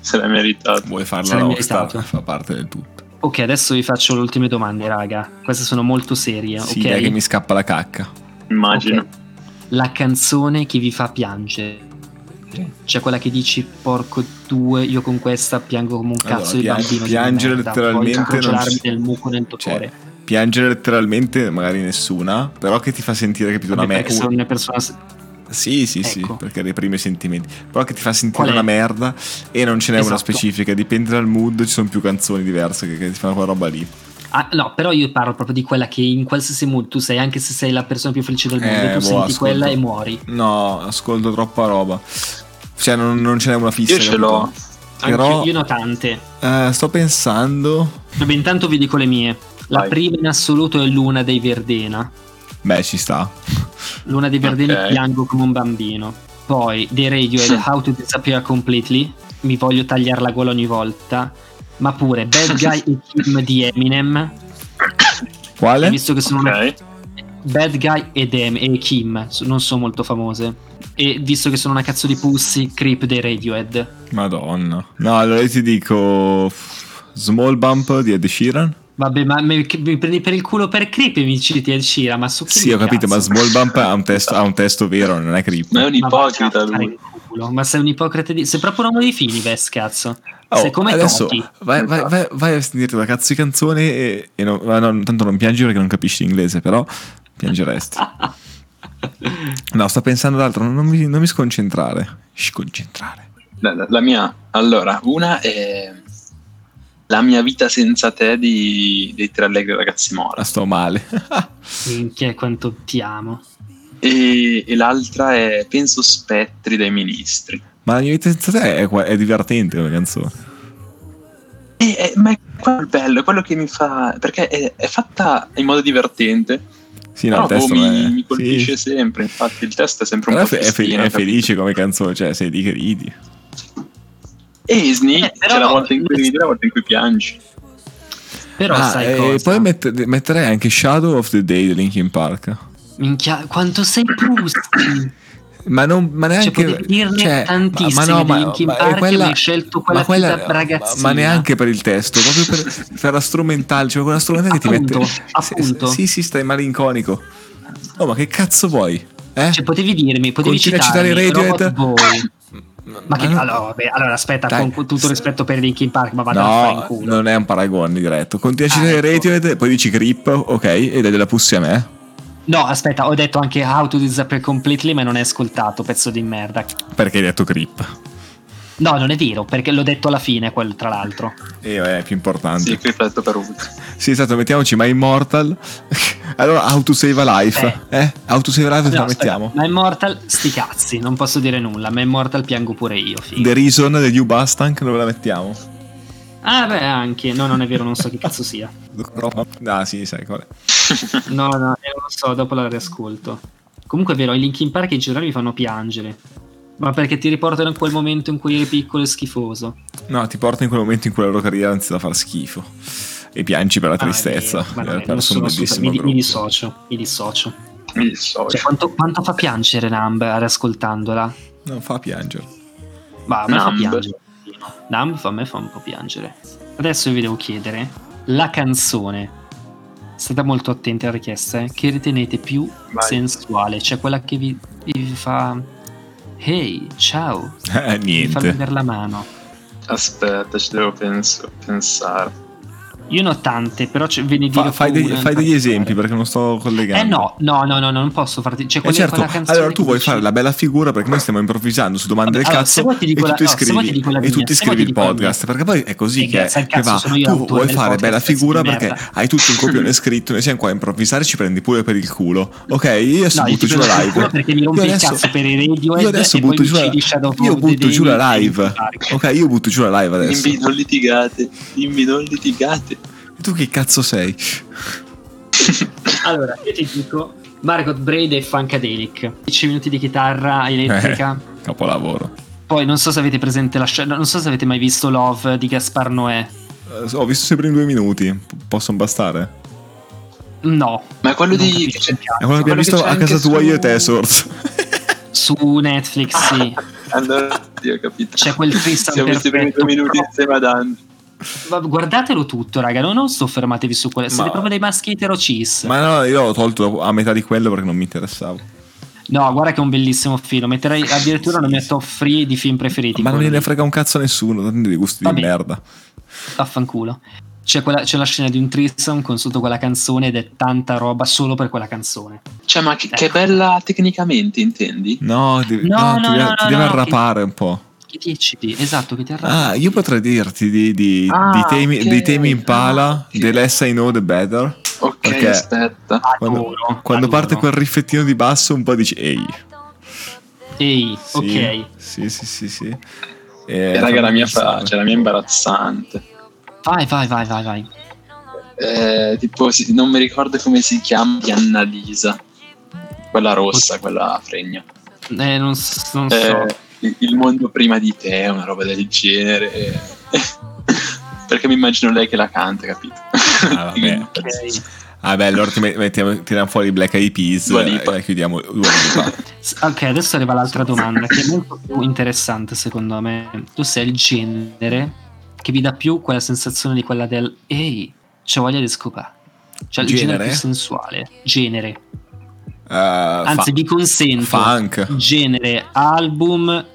Speaker 3: Se l'è meritato.
Speaker 2: Vuoi
Speaker 1: Se
Speaker 2: farla
Speaker 1: l'è
Speaker 2: rockstar?
Speaker 1: meritato.
Speaker 2: Fa parte del tutto.
Speaker 1: Ok, adesso vi faccio le ultime domande, raga. Queste sono molto serie,
Speaker 2: Sì,
Speaker 1: ok?
Speaker 2: dai che mi scappa la cacca. Cioè,
Speaker 3: Immagino.
Speaker 1: Ok. La canzone che vi fa piangere. altre. C'è quella che dici, porco due, io con questa piango come un
Speaker 2: Allora,
Speaker 1: cazzo di
Speaker 2: pia-
Speaker 1: bambino. di
Speaker 2: piangere
Speaker 1: merda.
Speaker 2: letteralmente
Speaker 1: Voglio
Speaker 2: non
Speaker 1: crociarmi
Speaker 2: si-
Speaker 1: nel muco del tuo
Speaker 2: Cioè,
Speaker 1: cuore.
Speaker 2: piangere letteralmente magari nessuna, però che ti fa sentire capito una
Speaker 1: Vabbè, perché sono
Speaker 2: merda.
Speaker 1: una persona...
Speaker 2: Sì, sì, sì,
Speaker 1: Ecco.
Speaker 2: perché reprime i sentimenti. Però che ti fa sentire
Speaker 1: Qual è?
Speaker 2: una merda e non ce n'è una
Speaker 1: Esatto.
Speaker 2: specifica, dipende dal mood, ci sono più canzoni diverse che, che ti fanno quella roba lì.
Speaker 1: Ah, no, però io parlo proprio di quella che in qualsiasi mood tu sei, anche se sei la persona più felice del mondo,
Speaker 2: Eh,
Speaker 1: tu
Speaker 2: boh,
Speaker 1: senti
Speaker 2: ascolta.
Speaker 1: quella e muori.
Speaker 2: No, ascolto troppa roba. Cioè, non, non ce n'è una fissa.
Speaker 3: Io ce
Speaker 2: capito?
Speaker 3: l'ho.
Speaker 2: Però
Speaker 1: Anch'io- Io ne ho tante.
Speaker 2: eh, sto pensando.
Speaker 1: Vabbè, intanto vi dico le mie. La
Speaker 3: Vai.
Speaker 1: prima in assoluto è Luna dei Verdena.
Speaker 2: Beh, ci sta.
Speaker 1: Luna dei Verdena
Speaker 3: Ok.
Speaker 1: piango come un bambino. Poi dei Radiohead How to Disappear Completely. Mi voglio tagliare la gola ogni volta. Ma pure Bad Guy e Kim di Eminem.
Speaker 2: Quale?
Speaker 1: Visto che sono
Speaker 3: Ok.
Speaker 1: Bad Guy ed Em- e Kim so- non sono molto famose. E visto che sono una cazzo di pussy, Creep dei Radiohead.
Speaker 2: Madonna. No, allora io ti dico. Small Bump di Ed Sheeran.
Speaker 1: Vabbè, ma mi, mi prendi per il culo per Creep e mi citi Ed Sheeran, ma su chi
Speaker 2: Sì, ho capito, ma
Speaker 1: cazzo?
Speaker 2: Small Bump ha un testo, ha un testo vero, non è creepy.
Speaker 3: Ma è un
Speaker 1: Ma vai a
Speaker 3: ipocrita
Speaker 1: fare
Speaker 3: lui.
Speaker 1: in culo. Ma sei un ipocrita di... Sei proprio un uomo dei fini, Ves, cazzo.
Speaker 2: Oh,
Speaker 1: sei come
Speaker 2: adesso
Speaker 1: Totti.
Speaker 2: vai, vai, vai, vai a sentirti una cazzo di canzone e, e non- ma no, tanto non piangi perché non capisci l'inglese, però piangeresti. No, sto pensando ad altro, non mi, non mi sconcentrare. Sconcentrare.
Speaker 3: La, la- la mia, allora, una è La mia vita senza te di, dei tre allegri ragazzi
Speaker 2: La
Speaker 3: mora.
Speaker 2: sto male.
Speaker 1: Minchia, quanto ti amo.
Speaker 3: E, e l'altra è Penso Spettri dei ministri.
Speaker 2: Ma la mia vita senza te è, qua- è divertente come canzone.
Speaker 3: E- e- ma è quello il bello, è quello che mi fa. perché è, è fatta in modo divertente.
Speaker 2: Sì, no, il
Speaker 3: però boh,
Speaker 2: testo
Speaker 3: mi,
Speaker 2: è-
Speaker 3: mi colpisce
Speaker 2: sì.
Speaker 3: sempre. Infatti, il testo è sempre un
Speaker 2: Però è,
Speaker 3: po'
Speaker 2: fe- è fe-
Speaker 3: tristino,
Speaker 2: è
Speaker 3: capito?
Speaker 2: felice come canzone, cioè sei lì che ridi.
Speaker 3: E Sneak,
Speaker 1: Eh, però-
Speaker 3: c'è la volta in cui ridi, la volta in cui piangi.
Speaker 1: Però
Speaker 2: Ah,
Speaker 1: sai
Speaker 2: e
Speaker 1: cosa?
Speaker 2: poi met- metterei anche Shadow of the Day di Linkin Park.
Speaker 1: Minchia, quanto sei pussi.
Speaker 2: Eh, Ma, non, ma neanche
Speaker 1: Cioè,
Speaker 2: cioè,
Speaker 1: potevi dirne tantissimi di Linkin
Speaker 2: è
Speaker 1: Park, ma hai scelto quella figa ragazzina.
Speaker 2: ma- ma neanche per il testo, proprio per, per la strumentale, cioè quella strumentale che ti
Speaker 1: Appunto,
Speaker 2: mette.
Speaker 1: appunto.
Speaker 2: Sì, sì, stai malinconico. Oh, ma che cazzo vuoi? Eh?
Speaker 1: Cioè, potevi dirmi, potevi
Speaker 2: Continua a
Speaker 1: citarmi,
Speaker 2: citare i Radiohead.
Speaker 1: Robot Boy. Ma che...
Speaker 2: no-
Speaker 1: Allora, vabbè, allora aspetta,
Speaker 2: Dai.
Speaker 1: con tutto rispetto per Linkin Park, ma vado a fare in
Speaker 2: No,
Speaker 1: culo.
Speaker 2: non è un paragone diretto. Continua a
Speaker 1: Ah,
Speaker 2: citare
Speaker 1: ecco.
Speaker 2: Radiohead, poi dici Grip, ok, e dai della pussi a me.
Speaker 1: No, aspetta, ho detto anche How to Disappear Completely, ma non è ascoltato, pezzo di merda.
Speaker 2: Perché hai detto Grip?
Speaker 1: No, non è vero, perché l'ho detto alla fine, quello tra l'altro.
Speaker 2: E eh, è più importante.
Speaker 3: Sì,
Speaker 2: Sì.
Speaker 3: qui rifletto per ultimo.
Speaker 2: esatto, mettiamoci My Immortal. allora, How to Save a Life. Eh? How to Save a Life,
Speaker 1: No,
Speaker 2: la
Speaker 1: aspetta,
Speaker 2: mettiamo.
Speaker 1: Ma Immortal, sti cazzi, non posso dire nulla. Ma Immortal piango pure io. figa.
Speaker 2: The Reason degli Ubastank dove la mettiamo?
Speaker 1: Ah, beh, anche. No, non è vero, non so che cazzo sia.
Speaker 2: Ah sì, sai qual è.
Speaker 1: No, no, eh, non lo so, dopo la riascolto. Comunque è vero, i Linkin Park in generale mi fanno piangere. Ma perché ti riportano in quel momento in cui eri piccolo e schifoso.
Speaker 2: No, ti porta in quel momento in cui la loro carriera inizia a far schifo e piangi per la
Speaker 1: Ah, è
Speaker 2: tristezza.
Speaker 1: vero, ma
Speaker 2: di
Speaker 1: non
Speaker 2: aver
Speaker 1: è-
Speaker 2: perso un
Speaker 1: non sono assolutamente- mi,
Speaker 2: bellissimo
Speaker 1: mi
Speaker 2: gruppo.
Speaker 1: dissocio, mi dissocio.
Speaker 3: Il solito.
Speaker 1: Cioè, quanto, quanto fa piangere Numb riascoltandola?
Speaker 2: Non fa piangere.
Speaker 1: Ma a me fa
Speaker 3: Numb.
Speaker 1: piangere. Numb fa- a me fa un po' piangere. Adesso io vi devo chiedere la canzone. State molto attenti alla richiesta, eh, che ritenete più
Speaker 3: Vai.
Speaker 1: sensuale, cioè quella che vi, vi fa Hey, ciao,
Speaker 2: Eh,
Speaker 1: vi fa
Speaker 2: niente.
Speaker 1: vedere la mano.
Speaker 3: Aspetta, ci devo penso- pensare.
Speaker 1: Io ne ho tante, però ce- ve ne
Speaker 2: Fa-
Speaker 1: dirò
Speaker 2: fai
Speaker 1: una
Speaker 2: degli,
Speaker 1: in
Speaker 2: fai degli
Speaker 1: particolare.
Speaker 2: esempi perché non sto
Speaker 1: Eh
Speaker 2: collegando.
Speaker 1: no, no, no, no, no, non posso farti. Cioè,
Speaker 2: Eh
Speaker 1: quella,
Speaker 2: certo,
Speaker 1: quella canzone
Speaker 2: allora tu
Speaker 1: che
Speaker 2: vuoi
Speaker 1: dici-
Speaker 2: fare la bella figura perché noi stiamo improvvisando su domande
Speaker 1: Vabbè,
Speaker 2: del
Speaker 1: allora,
Speaker 2: cazzo
Speaker 1: se vuoi ti
Speaker 2: e
Speaker 1: dico
Speaker 2: tu
Speaker 1: la-
Speaker 2: ti
Speaker 1: no, se vuoi
Speaker 2: iscrivi,
Speaker 1: ti dico la
Speaker 2: e tu
Speaker 1: mia,
Speaker 2: ti
Speaker 1: se vuoi
Speaker 2: iscrivi
Speaker 1: ti
Speaker 2: il
Speaker 1: dico la
Speaker 2: podcast
Speaker 1: mia.
Speaker 2: perché poi è così
Speaker 1: Eh,
Speaker 2: che,
Speaker 1: grazie al
Speaker 2: che
Speaker 1: cazzo,
Speaker 2: va.
Speaker 1: sono io
Speaker 2: Tu
Speaker 1: l'autore
Speaker 2: vuoi
Speaker 1: del
Speaker 2: fare
Speaker 1: podcast,
Speaker 2: bella
Speaker 1: pezzo di
Speaker 2: figura
Speaker 1: merda.
Speaker 2: perché hai tutto il copione scritto, noi siamo qua a improvvisare ci prendi pure per il culo. Ok, io adesso
Speaker 1: No, io
Speaker 2: butto
Speaker 1: ti
Speaker 2: giù la
Speaker 1: prendo il
Speaker 2: live.
Speaker 1: culo perché mi rompi
Speaker 2: Io
Speaker 1: il eh,
Speaker 2: adesso-
Speaker 1: cazzo per i Radiohead
Speaker 2: Io adesso
Speaker 1: e poi
Speaker 2: butto
Speaker 1: mi
Speaker 2: giù la
Speaker 1: uccidi Shadow of
Speaker 2: Io
Speaker 1: the
Speaker 2: butto
Speaker 1: Day
Speaker 2: giù la
Speaker 1: di
Speaker 2: live.
Speaker 1: Linkin Park.
Speaker 2: Ok, io butto giù la live adesso.
Speaker 3: Dimmi, non litigate. Dimmi, non litigate.
Speaker 2: Tu che cazzo sei?
Speaker 1: Allora, io ti dico Margot Braid e Funkadelic. 10 minuti di chitarra elettrica.
Speaker 2: Capolavoro.
Speaker 1: Poi non so se avete presente la scena, non so se avete mai visto Love di Gaspar Noè.
Speaker 2: Eh, Ho visto sempre in due minuti. P- possono bastare?
Speaker 1: No.
Speaker 3: Ma è quello
Speaker 1: Non
Speaker 3: di.
Speaker 1: capisco il
Speaker 2: È
Speaker 1: piano.
Speaker 2: quello che
Speaker 3: quello
Speaker 2: abbiamo
Speaker 3: che
Speaker 2: visto
Speaker 3: c'è
Speaker 2: a
Speaker 3: anche
Speaker 2: casa tua
Speaker 3: su-
Speaker 2: io e te, Source.
Speaker 1: Su Netflix, sì.
Speaker 2: Ah.
Speaker 3: Allora, sì, ho capito.
Speaker 1: C'è quel Tristan
Speaker 3: Siamo visti i primi
Speaker 1: perfetto.
Speaker 3: due minuti insieme a Dan.
Speaker 1: Ma Guardatelo tutto, raga. Non, non soffermatevi su quello. Siete
Speaker 2: Ma-
Speaker 1: proprio dei maschi etero cis.
Speaker 2: Ma no, io ho tolto a metà di quello perché non mi interessavo.
Speaker 1: No, guarda che è un bellissimo film. Metterei addirittura una mia top 3 di film preferiti.
Speaker 2: Ma non
Speaker 1: quello
Speaker 2: gliene
Speaker 1: lì.
Speaker 2: frega un cazzo a nessuno, tanto dei gusti
Speaker 1: Vabbè.
Speaker 2: di merda.
Speaker 1: Vaffanculo. C'è, quella- c'è la scena di un threesome con sotto quella canzone ed è tanta roba solo per quella canzone.
Speaker 3: Cioè, ma che, che
Speaker 1: Ecco.
Speaker 3: bella tecnicamente, intendi?
Speaker 2: No, devi-
Speaker 1: No,
Speaker 2: no,
Speaker 1: no,
Speaker 2: ti, deve-
Speaker 1: no,
Speaker 2: ti
Speaker 1: no,
Speaker 2: deve
Speaker 1: no, che-
Speaker 2: arrapare un po'.
Speaker 1: Che dici? Esatto, che ti arrabbi.
Speaker 2: Ah, io potrei dirti di, di-
Speaker 3: Ah,
Speaker 2: di temi,
Speaker 3: ok.
Speaker 2: dei temi in pala,
Speaker 3: Ah, ok.
Speaker 2: The Less I Know The Better.
Speaker 3: Ok,
Speaker 2: Perché-
Speaker 3: aspetta.
Speaker 2: Ah, Quando,
Speaker 1: Adoro,
Speaker 2: quando
Speaker 1: adoro.
Speaker 2: parte quel riflettino di basso un po' dici ehi.
Speaker 1: Ehi,
Speaker 2: Sì,
Speaker 1: ok.
Speaker 2: Sì, sì, sì, sì. E,
Speaker 3: Eh, raga, la mia
Speaker 2: pensare.
Speaker 3: faccia, la mia imbarazzante.
Speaker 1: Vai, vai, vai, vai, vai.
Speaker 3: Eh, tipo, si- non mi ricordo come si chiama di Annalisa. Quella rossa, quella fregna.
Speaker 1: Eh, non, s- non so.
Speaker 3: Eh, il- il mondo prima di te, una roba del genere. Perché mi immagino lei che la canta, capito?
Speaker 2: Ah, vabbè.
Speaker 1: Ok.
Speaker 2: Ah beh, allora ti met- mettiamo, tiriamo fuori i Black Eyed Peas
Speaker 3: Dua Lipa.
Speaker 2: e chiudiamo Dua Lipa. Eh,
Speaker 1: S- Ok, adesso arriva l'altra domanda che è molto più interessante secondo me. Tu sei il genere che vi dà più quella sensazione di quella del ehi, c'ho voglia di scopare. Cioè il genere,
Speaker 2: Genere?
Speaker 1: più sensuale. Genere.
Speaker 2: Eh,
Speaker 1: Anzi,
Speaker 2: fa-
Speaker 1: vi consento.
Speaker 2: funk.
Speaker 1: Genere, album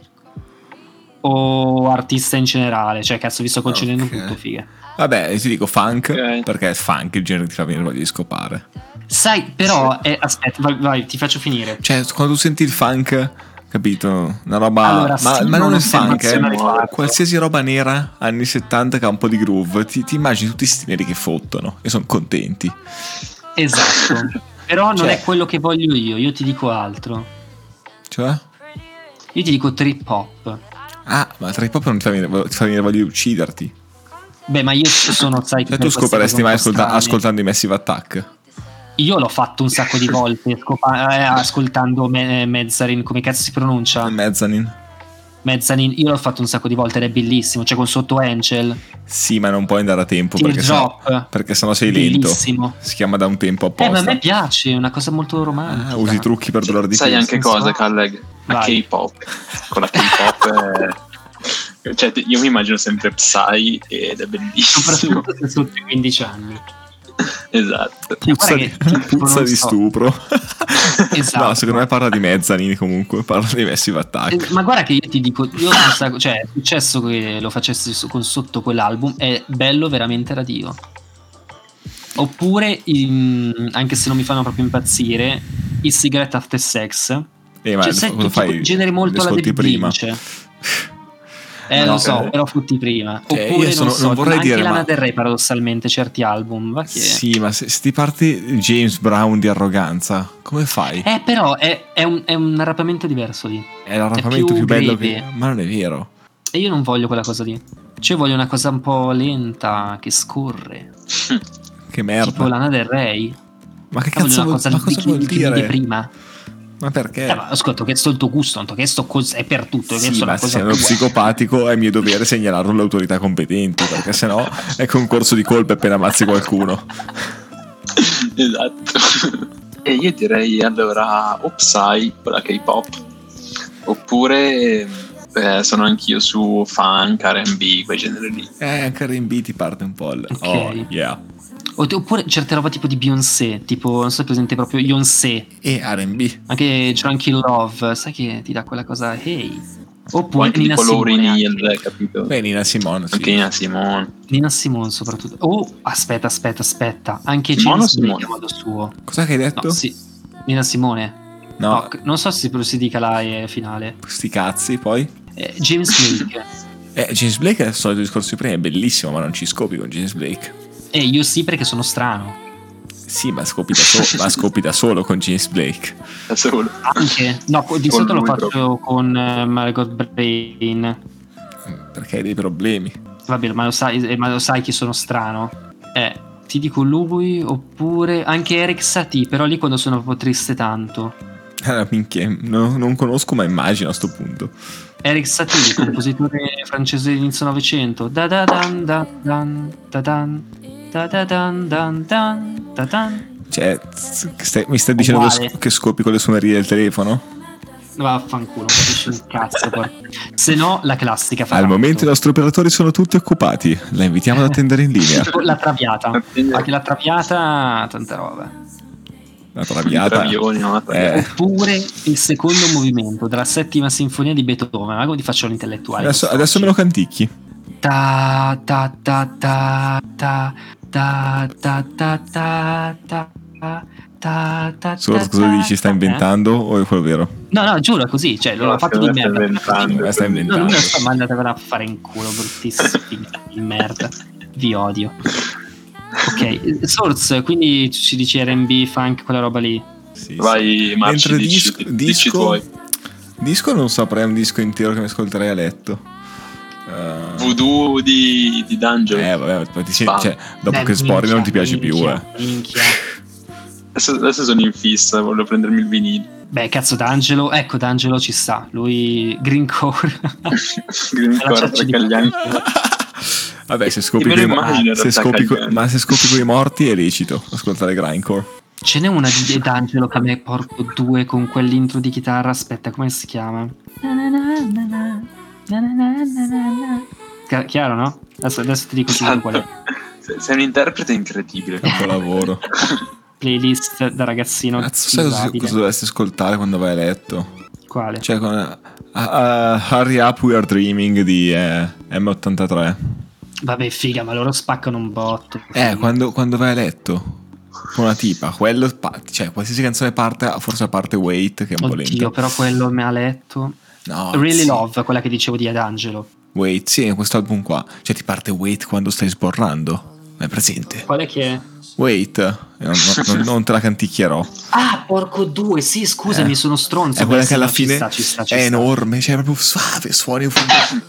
Speaker 1: o artista in generale. Cioè, cazzo, vi sto concedendo
Speaker 2: Ok.
Speaker 1: tutto, figa.
Speaker 2: Vabbè, io ti dico funk
Speaker 3: Ok.
Speaker 2: perché è funk il genere che ti fa venire voglia di scopare.
Speaker 1: Sai, però, eh, aspetta, vai, vai, ti faccio finire.
Speaker 2: Cioè, quando tu senti il funk, capito? Una roba.
Speaker 1: Allora,
Speaker 2: ma,
Speaker 1: sì,
Speaker 2: ma
Speaker 1: ma
Speaker 2: non
Speaker 1: non
Speaker 2: il
Speaker 1: sembra
Speaker 2: funk,
Speaker 1: azione
Speaker 2: eh.
Speaker 1: riguardo.
Speaker 2: Qualsiasi roba nera anni 70 che ha un po' di groove, ti, ti immagini tutti sti neri che fottono e sono contenti.
Speaker 1: Esatto. Però non
Speaker 2: Cioè-
Speaker 1: è quello che voglio io, io ti dico altro.
Speaker 2: Cioè.
Speaker 1: Io ti dico trip hop.
Speaker 2: Ah, ma tra i pop non ti fa venire, ti fa venire voglia di ucciderti.
Speaker 1: Beh, ma io sono, sai,
Speaker 2: Cioè,
Speaker 1: che
Speaker 2: tu scoperesti mai ascolta-
Speaker 1: ascoltando
Speaker 2: ascoltando i Massive Attack.
Speaker 1: Io l'ho fatto un sacco di volte scopa- eh, ascoltando me- Mezzarin, come cazzo si
Speaker 2: Mm.
Speaker 1: pronuncia?
Speaker 2: Mezzanin.
Speaker 1: Mezzanin, io l'ho fatto un sacco di volte ed è bellissimo, cioè con sotto Angel,
Speaker 2: Sì, ma non puoi andare a tempo perché sennò,
Speaker 1: Teardrop,
Speaker 2: perché sennò sei lento.
Speaker 1: bellissimo.
Speaker 2: Si chiama da un tempo
Speaker 1: Eh, ma a
Speaker 2: apposta.
Speaker 1: me piace, è una cosa molto romantica.
Speaker 2: Ah, usi i trucchi per dolore di
Speaker 3: Sai
Speaker 2: testa.
Speaker 3: anche
Speaker 1: senso-
Speaker 3: cosa, Calleg? La
Speaker 1: Vai.
Speaker 3: K-pop. Con la K-pop è- Cioè, te- io mi immagino sempre Psy ed è bellissimo.
Speaker 1: Soprattutto se sotto i 15 anni.
Speaker 3: esatto.
Speaker 1: Guarda
Speaker 2: Puzza, di,
Speaker 1: che- tipo,
Speaker 2: puzza
Speaker 1: non
Speaker 2: di
Speaker 1: so.
Speaker 2: stupro.
Speaker 1: Esatto.
Speaker 2: No, secondo me parla di mezzanini comunque, parla di Massive Attack.
Speaker 1: Eh, Ma guarda che io ti dico, io un sacco- cioè, è successo che lo facessi su- con sotto quell'album, è bello veramente da Dio. Oppure, in- anche se non mi fanno proprio impazzire, i Cigarette After Sex.
Speaker 2: Eh, ma
Speaker 1: cioè,
Speaker 2: lo-
Speaker 1: sai,
Speaker 2: lo
Speaker 1: tutti quei generi molto
Speaker 2: lo
Speaker 1: alla
Speaker 2: ascolti
Speaker 1: David
Speaker 2: prima.
Speaker 1: Lynch. Eh,
Speaker 2: No,
Speaker 1: lo so,
Speaker 2: eh.
Speaker 1: però frutti prima.
Speaker 2: Cioè, io
Speaker 1: Oppure, non,
Speaker 2: sono-
Speaker 1: so,
Speaker 2: non vorrei
Speaker 1: ma anche
Speaker 2: dire,
Speaker 1: Lana
Speaker 2: ma-
Speaker 1: Del Rey, paradossalmente, certi album. Va che...
Speaker 2: Sì, ma se, se ti parti James Brown di arroganza, come fai?
Speaker 1: Eh, però è, è un, è un rapimento diverso lì.
Speaker 2: È l'arrampamento
Speaker 1: più
Speaker 2: più, bello che...
Speaker 1: greve.
Speaker 2: Ma non è vero.
Speaker 1: E io non voglio quella cosa lì. Cioè, voglio una cosa un po' lenta, che scorre.
Speaker 2: Che
Speaker 1: Tipo
Speaker 2: merda.
Speaker 1: Lana del Rey.
Speaker 2: Ma che
Speaker 1: Ah, voglio
Speaker 2: cazzo
Speaker 1: una
Speaker 2: vuol,
Speaker 1: cosa
Speaker 2: ma
Speaker 1: di-
Speaker 2: cosa
Speaker 1: di-
Speaker 2: vuol
Speaker 1: di- di
Speaker 2: dire?
Speaker 1: prima.
Speaker 2: Ma perché?
Speaker 1: Eh, ma ascolta, ho chiesto il tuo gusto, non ti ho chiesto cos- è per tutto, ho
Speaker 2: Sì,
Speaker 1: chiesto
Speaker 2: ma
Speaker 1: una
Speaker 2: se
Speaker 1: cosa
Speaker 2: sei uno
Speaker 1: tua.
Speaker 2: psicopatico è mio dovere segnalarlo alle autorità competenti, perché sennò è concorso di colpe appena ammazzi qualcuno.
Speaker 3: esatto. e io direi allora o Psy con la K-pop. Oppure eh, sono anch'io su funk, RB, quei generi lì.
Speaker 2: Eh, anche R&B ti parte un po' il...
Speaker 1: Ok.
Speaker 2: Oh, yeah.
Speaker 1: O- Oppure certe roba tipo di Beyoncé, tipo, non so se è presente proprio Beyoncé,
Speaker 2: E R&B.
Speaker 1: anche Drunk in Love, sai che ti dà quella cosa, hey.
Speaker 3: O
Speaker 1: Oppure
Speaker 3: anche
Speaker 1: Nina
Speaker 3: tipo Lauryn
Speaker 1: Simone, anche.
Speaker 3: Hill, eh, capito?
Speaker 2: Beh, Nina Simone, sì.
Speaker 3: Anche Nina Simone.
Speaker 1: Nina Simone soprattutto. Oh, aspetta, aspetta, aspetta, anche
Speaker 3: Simone o
Speaker 1: James Blake
Speaker 3: Simone?
Speaker 1: a modo suo.
Speaker 2: Cosa che hai detto?
Speaker 1: No, sì. Nina Simone.
Speaker 2: No,
Speaker 1: No, c- non so se però si dica la eh, finale.
Speaker 2: sti cazzi, poi.
Speaker 1: Eh, James Blake.
Speaker 2: Eh, James Blake è il solito discorso di prima, è bellissimo, ma non ci scopi con James Blake.
Speaker 1: E io sì perché sono strano.
Speaker 2: Sì, ma scopi da, so- ma scopi da solo con James Blake.
Speaker 3: Da solo.
Speaker 1: Anche. No, co- di
Speaker 3: Con
Speaker 1: solito lo
Speaker 3: lui
Speaker 1: faccio con eh, Margot Brain.
Speaker 2: Mm, Perché hai dei problemi.
Speaker 1: Vabbè, ma lo sai, eh, ma lo sai che sono strano. Eh, ti dico lui oppure anche Eric Satie, però lì quando sono proprio triste tanto.
Speaker 2: Ah, minchia, no- non conosco, ma immagino a sto punto.
Speaker 1: Eric Satie, compositore francese dell'inizio Novecento. Da da dan dan dan da dan da da dan dan dan da dan.
Speaker 2: Cioè, s- che stai- mi stai dicendo che,
Speaker 1: Uguale.
Speaker 2: sc- che scopi con le suonerie del telefono?
Speaker 1: Vaffanculo, non capisci un cazzo. porca. Se no, la classica. fa
Speaker 2: Al
Speaker 1: tanto.
Speaker 2: momento i nostri operatori sono tutti occupati. La invitiamo ad attendere in linea.
Speaker 1: Tipo la traviata.
Speaker 3: Attendere.
Speaker 1: Anche la traviata, tanta roba.
Speaker 2: Una traviata.
Speaker 3: Travioni, no?
Speaker 2: Eh,
Speaker 1: Oppure il secondo movimento della settima sinfonia di Beethoven, ma come ti faccio l'intellettuale?
Speaker 2: adesso, adesso me lo canticchi.
Speaker 1: Ta ta ta ta ta ta ta ta ta ta ta ta
Speaker 2: Solo
Speaker 1: ta,
Speaker 2: cosa
Speaker 1: ta,
Speaker 2: dici? Sta
Speaker 1: ta, eh?
Speaker 2: inventando o è quello vero?
Speaker 1: No, no, giuro così, cioè l'ho
Speaker 3: No,
Speaker 1: fatto di
Speaker 3: secondo me
Speaker 1: merda.
Speaker 3: sta inventando.
Speaker 2: Eh, sta
Speaker 1: No, non
Speaker 2: inventando.
Speaker 1: lo so, ma andatevela a fare in culo, bruttissimi di merda. Vi odio. Ok, Source, quindi ci dice R&B, funk, quella roba lì.
Speaker 2: Sì, sì.
Speaker 3: Vai, Marci,
Speaker 2: Mentre
Speaker 3: dici,
Speaker 2: disco,
Speaker 3: dici
Speaker 2: disco,
Speaker 3: tuoi.
Speaker 2: disco non saprei, è un disco intero che mi ascolterei a letto. Eh,
Speaker 3: Voodoo di, di Dungeon.
Speaker 2: eh, vabbè, poi ti si-
Speaker 3: Spam.
Speaker 2: cioè, dopo
Speaker 1: Beh,
Speaker 2: che sborri
Speaker 1: minchia,
Speaker 2: non ti piace più, eh.
Speaker 1: minchia, Minchia.
Speaker 3: Adesso, adesso sono in fissa, voglio prendermi il vinile.
Speaker 1: Beh, cazzo, D'Angelo, ecco, D'Angelo ci sta. Lui, Greencore.
Speaker 3: Green
Speaker 1: Alla
Speaker 3: Core
Speaker 1: Church di-
Speaker 3: Cagliani.
Speaker 2: Vabbè, se
Speaker 3: me
Speaker 2: scopi,
Speaker 3: lo
Speaker 2: coi-
Speaker 3: immagino, in
Speaker 2: ma- se
Speaker 3: realtà,
Speaker 2: scopi coi-
Speaker 3: Cagliari.
Speaker 2: ma se scopi coi morti è lecito ascoltare Grindcore.
Speaker 1: Ce n'è una di D'Angelo che a me porco due con quell'intro di chitarra. Aspetta, come si chiama? Na na na na na, na na na na na na. Chi- Chiaro, no? Adesso, adesso ti dico subito qual è.
Speaker 2: Esatto.
Speaker 3: Se- Sei un interprete incredibile.
Speaker 1: Eh.
Speaker 2: Capolavoro.
Speaker 1: Playlist da ragazzino.
Speaker 2: Cazzo, sai cosa,
Speaker 1: disabile.
Speaker 2: cosa dovresti ascoltare quando vai a letto?
Speaker 1: Quale?
Speaker 2: Cioè, con eh, eh, Hurry Up We Are Dreaming di eh, M83.
Speaker 1: Vabbè, figa, ma loro spaccano un botto.
Speaker 2: Eh, quando, quando vai a letto con una tipa, quello, pa- cioè, qualsiasi canzone parte, forse a parte Wait, che è un po'
Speaker 1: Oddio,
Speaker 2: lenta.
Speaker 1: però quello mi ha letto.
Speaker 2: No,
Speaker 1: Really
Speaker 2: sì.
Speaker 1: Love, quella che dicevo di Adangelo.
Speaker 2: Wait, sì, in questo album qua. Cioè, ti parte Wait quando stai sborrando. Ma è presente?
Speaker 1: Qual è che è?
Speaker 2: Wait, eh, non, non- non te la canticchierò.
Speaker 1: Ah, porco due, sì, scusami,
Speaker 2: Eh.
Speaker 1: sono stronzo.
Speaker 2: È
Speaker 1: Beh,
Speaker 2: quella che
Speaker 1: sì,
Speaker 2: alla
Speaker 1: no, ci
Speaker 2: fine
Speaker 1: sta, ci sta, ci
Speaker 2: è
Speaker 1: sta.
Speaker 2: enorme, cioè, è proprio suave, suoni un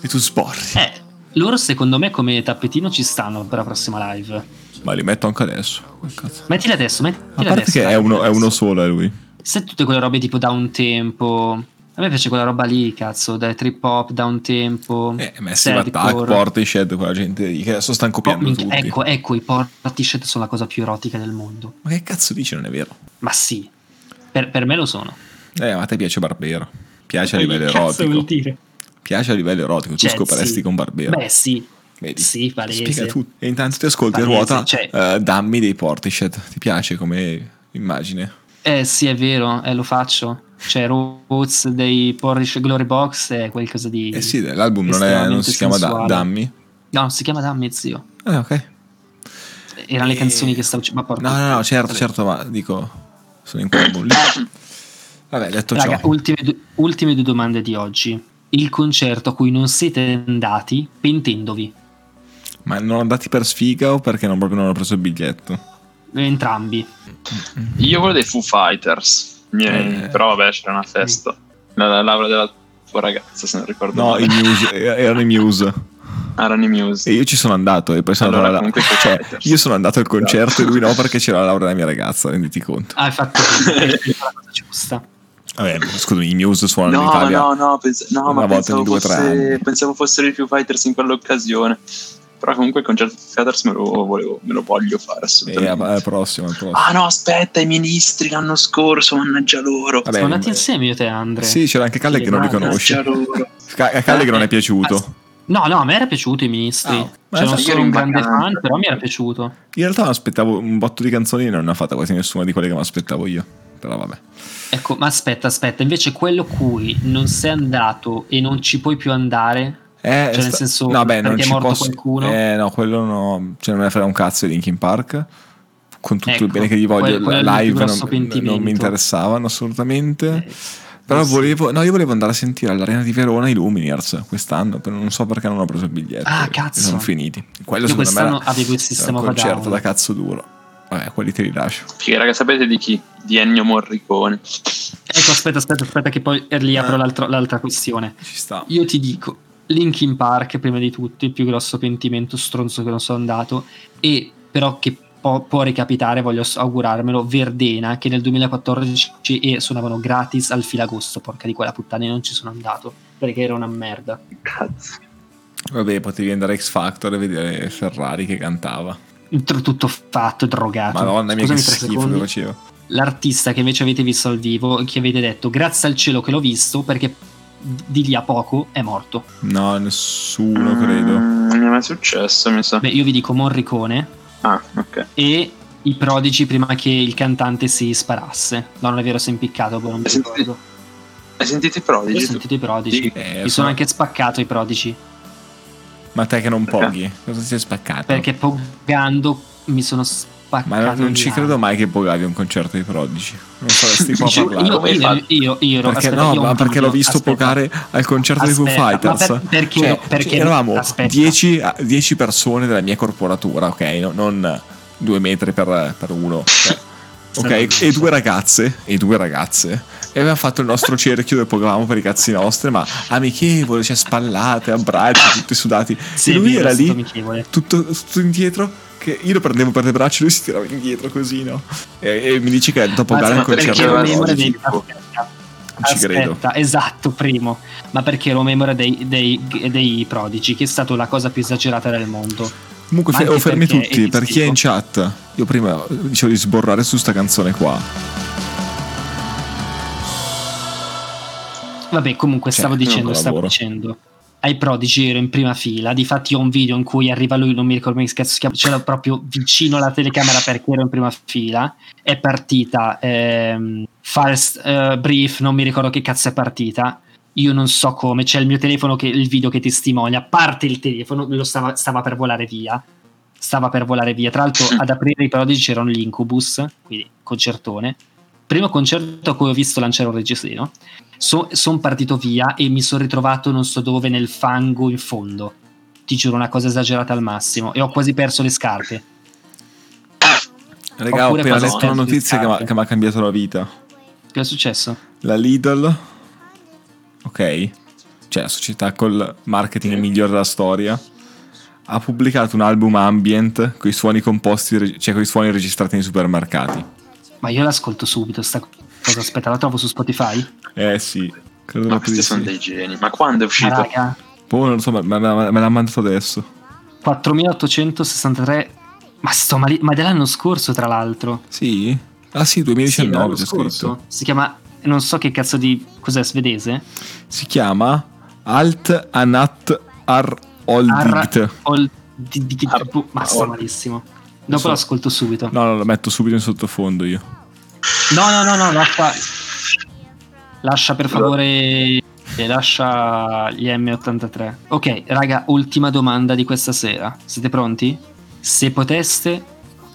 Speaker 2: e tu sborri.
Speaker 1: Eh, loro secondo me come tappetino ci stanno per la prossima live.
Speaker 2: Ma li metto anche adesso. Che cazzo?
Speaker 1: Mettila adesso, mettila
Speaker 2: A parte
Speaker 1: adesso.
Speaker 2: che
Speaker 1: dai,
Speaker 2: è uno, è
Speaker 1: adesso.
Speaker 2: uno solo, è lui.
Speaker 1: Se tutte quelle robe tipo da un tempo... A me piace quella roba lì, cazzo, da trip hop, da un tempo...
Speaker 2: Eh, Massive Attack, Portishead, quella gente lì, che adesso stanno copiando tutti.
Speaker 1: ecco, ecco, i Portishead sono la cosa più erotica del mondo.
Speaker 2: Ma che cazzo dici, non è vero?
Speaker 1: Ma sì, per, per me lo sono.
Speaker 2: Eh, ma a te piace Barbero. Piace a livello
Speaker 1: Che cazzo vuol
Speaker 2: erotico.
Speaker 1: dire?
Speaker 2: Piace a livello erotico, tu
Speaker 1: Cioè,
Speaker 2: scoperesti
Speaker 1: sì.
Speaker 2: con Barbero.
Speaker 1: Beh sì,
Speaker 2: Vedi?
Speaker 1: sì, palese.
Speaker 2: Spiega tutto. E intanto ti ascolti e
Speaker 1: Palese,
Speaker 2: ruota
Speaker 1: cioè-
Speaker 2: eh, dammi dei Portishead. Ti piace come immagine?
Speaker 1: Eh sì, è vero, eh, lo faccio. Cioè, Roots dei Porridge Glory Box è qualcosa di.
Speaker 2: Eh sì, l'album non, è- non si chiama
Speaker 1: Estremamente
Speaker 2: Da-
Speaker 1: sensuale.
Speaker 2: Dammi.
Speaker 1: No, si chiama Dammi zio.
Speaker 2: Ah, ok.
Speaker 1: Erano
Speaker 2: Eh,
Speaker 1: le canzoni che stavo. Ma porca.
Speaker 2: No, no, no, certo,
Speaker 1: Vabbè.
Speaker 2: certo, ma dico, sono in quell'album lì. Vabbè, detto ciò,
Speaker 1: Raga, ultime, du- ultime due domande di oggi. Il concerto a cui non siete andati pentendovi.
Speaker 2: ma non andati per sfiga o perché non, proprio non ho preso il biglietto?
Speaker 1: Entrambi.
Speaker 3: Io volevo dei Foo Fighters. Mi-
Speaker 2: Eh.
Speaker 3: Però vabbè, c'era una festa. La, la laurea della tua ragazza, se non ricordo
Speaker 2: No,
Speaker 3: male.
Speaker 2: i Muse, eh, erano i Muse.
Speaker 3: Erano i Muse.
Speaker 2: E io ci sono andato e poi sono
Speaker 3: Allora,
Speaker 2: andato alla-
Speaker 3: comunque, Esatto.
Speaker 2: cioè,
Speaker 3: Fighters.
Speaker 2: io sono andato al concerto e lui no perché c'era la laurea della mia ragazza, renditi conto.
Speaker 1: Ah, hai fatto bene, hai fatto la cosa giusta.
Speaker 2: Vabbè, scusami, i Muse suonano in
Speaker 3: No,
Speaker 2: Italia.
Speaker 3: no, no, pens- no,
Speaker 2: una
Speaker 3: ma
Speaker 2: volta
Speaker 3: pensavo,
Speaker 2: ogni due, tre anni.
Speaker 3: fosse- pensavo fossero i Foo Fighters in quell'occasione. Però comunque il concerto di Foo Fighters me lo, volevo, me lo voglio fare
Speaker 2: E
Speaker 3: assolutamente.
Speaker 2: alla prossima, alla prossima.
Speaker 3: ah no, aspetta, i ministri l'anno scorso, mannaggia loro.
Speaker 2: Vabbè,
Speaker 1: Siamo andati
Speaker 2: ma-
Speaker 1: insieme io e te, Andre.
Speaker 2: Sì, c'era anche Calle che Ah, non li
Speaker 1: Mannaggia
Speaker 2: conosce.
Speaker 3: Mannaggia loro.
Speaker 2: Ca- Calle
Speaker 3: Ah,
Speaker 2: che non è piaciuto.
Speaker 1: No, no, a me era piaciuto i ministri.
Speaker 2: Ah,
Speaker 1: cioè,
Speaker 2: ma
Speaker 1: non
Speaker 2: sai,
Speaker 3: io
Speaker 1: sono
Speaker 3: ero
Speaker 1: un
Speaker 3: in
Speaker 1: grande
Speaker 3: vacanza.
Speaker 1: fan, però mi era piaciuto.
Speaker 2: In realtà mi aspettavo un botto di canzoni e non ne ha fatta quasi nessuna di quelle che mi aspettavo io. Però vabbè.
Speaker 1: Ecco, ma aspetta, aspetta, invece quello cui non sei andato e non ci puoi più andare,
Speaker 2: Eh,
Speaker 1: Cioè, nel senso,
Speaker 2: no, beh, non
Speaker 1: perché è
Speaker 2: ci
Speaker 1: morto
Speaker 2: posso-
Speaker 1: qualcuno?
Speaker 2: Eh, no, quello no. Cioè, non me ne frega un cazzo di Linkin Park. Con tutto
Speaker 1: Ecco,
Speaker 2: il bene che gli voglio,
Speaker 1: quello- quello è il mio più
Speaker 2: live
Speaker 1: grosso
Speaker 2: non,
Speaker 1: pentimento.
Speaker 2: non mi interessavano assolutamente.
Speaker 1: eh,
Speaker 2: Però
Speaker 1: eh sì.
Speaker 2: volevo, no, io volevo andare a sentire all'Arena di Verona i Lumineers quest'anno. però non so perché non ho preso il biglietto.
Speaker 1: Ah,
Speaker 2: e
Speaker 1: cazzo.
Speaker 2: Sono finiti. Quello
Speaker 1: io
Speaker 2: secondo me
Speaker 1: quest'anno
Speaker 2: era,
Speaker 1: avevo il
Speaker 2: era un
Speaker 1: sistema
Speaker 2: concerto
Speaker 1: pagato.
Speaker 2: da cazzo duro. Vabbè, quelli te li lascio.
Speaker 3: Perché raga, sapete di chi? Di Ennio Morricone.
Speaker 1: Ecco, aspetta, aspetta, aspetta, che poi riapro l'altro- l'altra questione.
Speaker 2: Ci sta.
Speaker 1: Io ti dico, Linkin Park, prima di tutto, il più grosso pentimento stronzo che non sono andato, e però che po- può ricapitare, voglio s- augurarmelo, Verdena, che nel 2014 e suonavano gratis al filagosto, porca di quella puttana, e non ci sono andato, perché era una merda.
Speaker 3: Cazzo.
Speaker 2: Vabbè, potevi andare a X Factor e vedere Ferrari che cantava.
Speaker 1: Tr- tutto fatto, drogato.
Speaker 2: Madonna mia, che
Speaker 1: Ah, Scusami tre
Speaker 2: schifo che
Speaker 1: secondi.
Speaker 2: faceva.
Speaker 1: L'artista che invece avete visto al vivo e che avete detto grazie al cielo che l'ho visto perché di lì a poco è morto.
Speaker 2: No, nessuno credo.
Speaker 3: Mm, Non mi è mai successo, mi sa.
Speaker 1: Beh, io vi dico Morricone
Speaker 3: Ah, ok.
Speaker 1: e i prodigi prima che il cantante si sparasse. No, non è vero, si è impiccato, poi non mi
Speaker 3: Hai sentito-
Speaker 1: ricordo.
Speaker 3: Hai sentito i
Speaker 1: Ho
Speaker 3: prodigi? tu?
Speaker 1: sentito i
Speaker 3: Ah,
Speaker 1: prodigi.
Speaker 2: Eh,
Speaker 1: Mi sono
Speaker 2: fa-
Speaker 1: anche spaccato i prodigi.
Speaker 2: Ma te che non
Speaker 3: Perché?
Speaker 2: poghi? Cosa si è spaccato?
Speaker 1: Perché pogando mi sono spaccato.
Speaker 2: Ma non, non
Speaker 1: il
Speaker 2: ci
Speaker 1: naso.
Speaker 2: credo mai che pogavi un concerto dei prodigi. Non saresti qua a
Speaker 3: Giuro,
Speaker 2: parlare.
Speaker 1: Io,
Speaker 3: Come hai
Speaker 1: io,
Speaker 3: fatto?
Speaker 1: io, io
Speaker 2: perché
Speaker 1: aspetta,
Speaker 2: no,
Speaker 1: io ho
Speaker 2: ma
Speaker 1: un
Speaker 2: perché
Speaker 1: dubbio,
Speaker 2: l'ho visto
Speaker 1: aspetta.
Speaker 2: pogare al concerto dei Foo
Speaker 1: Aspetta, ma
Speaker 2: Fighters.
Speaker 1: per- perché-
Speaker 2: Cioè,
Speaker 1: perché-
Speaker 2: eravamo
Speaker 1: aspetta.
Speaker 2: 10, a- 10 persone della mia corporatura, ok? No- non due metri per, per uno. cioè, ok, e due ragazze, e due ragazze. E avevamo fatto il nostro cerchio dove pogavamo per i cazzi nostri, ma amichevole, cioè spallate, abbracci, tutti sudati.
Speaker 1: Sì,
Speaker 2: e lui
Speaker 1: vero,
Speaker 2: era
Speaker 1: è
Speaker 2: lì,
Speaker 1: stato amichevole.
Speaker 2: tutto, tutto indietro. Che io lo prendevo per le braccia, lui si tirava indietro così, no? E, e mi dici che dopo
Speaker 1: Ma
Speaker 2: gara
Speaker 1: sì,
Speaker 2: un
Speaker 1: ma perché
Speaker 2: concerto
Speaker 1: ero
Speaker 3: della
Speaker 2: dei
Speaker 1: memore
Speaker 2: Prodigy,
Speaker 1: dei...
Speaker 3: tipo.
Speaker 1: Aspetta,
Speaker 2: non ci credo.
Speaker 1: aspetta, esatto, primo. Ma perché ero memore dei, dei, dei prodigi, che è stata la cosa più esagerata del mondo.
Speaker 2: Comunque,
Speaker 1: Ma
Speaker 2: fe-
Speaker 1: anche
Speaker 2: oh, fermi
Speaker 1: perché
Speaker 2: tutti,
Speaker 1: è
Speaker 2: per chi è in
Speaker 1: distinto.
Speaker 2: chat, io prima eh, dicevo di sborrare su sta canzone qua.
Speaker 1: Vabbè, comunque
Speaker 2: Cioè,
Speaker 1: stavo dicendo,
Speaker 2: non
Speaker 1: stavo
Speaker 2: lavoro.
Speaker 1: dicendo. Ai prodigi ero in prima fila, difatti ho un video in cui arriva lui, non mi ricordo come cazzo si chiama, c'era proprio vicino alla telecamera perché ero in prima fila, è partita ehm, First eh, Brief, non mi ricordo che cazzo è partita, io non so come, c'è il mio telefono, che, il video che testimonia, parte il telefono, lo stava, stava per volare via, stava per volare via, tra l'altro
Speaker 2: Mm.
Speaker 1: ad aprire i prodigi c'erano gli Incubus, quindi concertone, primo concerto a cui ho visto lanciare un reggiseno, sono partito via e mi sono ritrovato non so dove nel fango in fondo. Ti giuro, una cosa esagerata al massimo. E ho quasi perso le scarpe.
Speaker 2: Raga, ho
Speaker 1: Oppure
Speaker 2: appena
Speaker 1: cosa
Speaker 2: letto una
Speaker 1: scherzi
Speaker 2: notizia che
Speaker 1: di
Speaker 2: m'ha-
Speaker 1: scarpe.
Speaker 2: che mi ha cambiato la vita.
Speaker 1: Che è successo?
Speaker 2: La Lidl, ok, cioè la società col marketing migliore della storia, ha pubblicato un album ambient con i suoni composti, reg- cioè con i suoni registrati nei supermercati.
Speaker 1: Ma io l'ascolto subito, sta cosa. Aspetta, la trovo su Spotify.
Speaker 2: Eh sì, credo
Speaker 3: Ma
Speaker 2: proprio di
Speaker 3: questi sono
Speaker 2: sì.
Speaker 3: dei geni. Ma quando è
Speaker 1: Ma
Speaker 3: uscito?
Speaker 1: raga,
Speaker 2: Boh, non lo so, ma- ma- ma- me l'ha mandato adesso.
Speaker 1: 4863. Ma sto mali- ma dell'anno scorso, tra l'altro.
Speaker 2: Sì? Ah sì,
Speaker 1: Sì,
Speaker 2: 2019
Speaker 1: dell'anno
Speaker 2: c'è scritto.
Speaker 1: scorso. Si chiama. Non so che cazzo di. Cos'è svedese?
Speaker 2: si chiama Alt Anat Ar Oldigt.
Speaker 1: Arra- Ol- di- di- di-
Speaker 3: Ar-
Speaker 1: boh, ma sto
Speaker 3: Ol-
Speaker 1: malissimo.
Speaker 2: Non
Speaker 1: Dopo
Speaker 2: so.
Speaker 1: l'ascolto subito.
Speaker 2: No, no, lo metto subito in sottofondo io.
Speaker 1: No, no, no, no, lascia, lascia per favore e lascia gli M83. Ok, raga, ultima domanda di questa sera. Siete pronti? Se poteste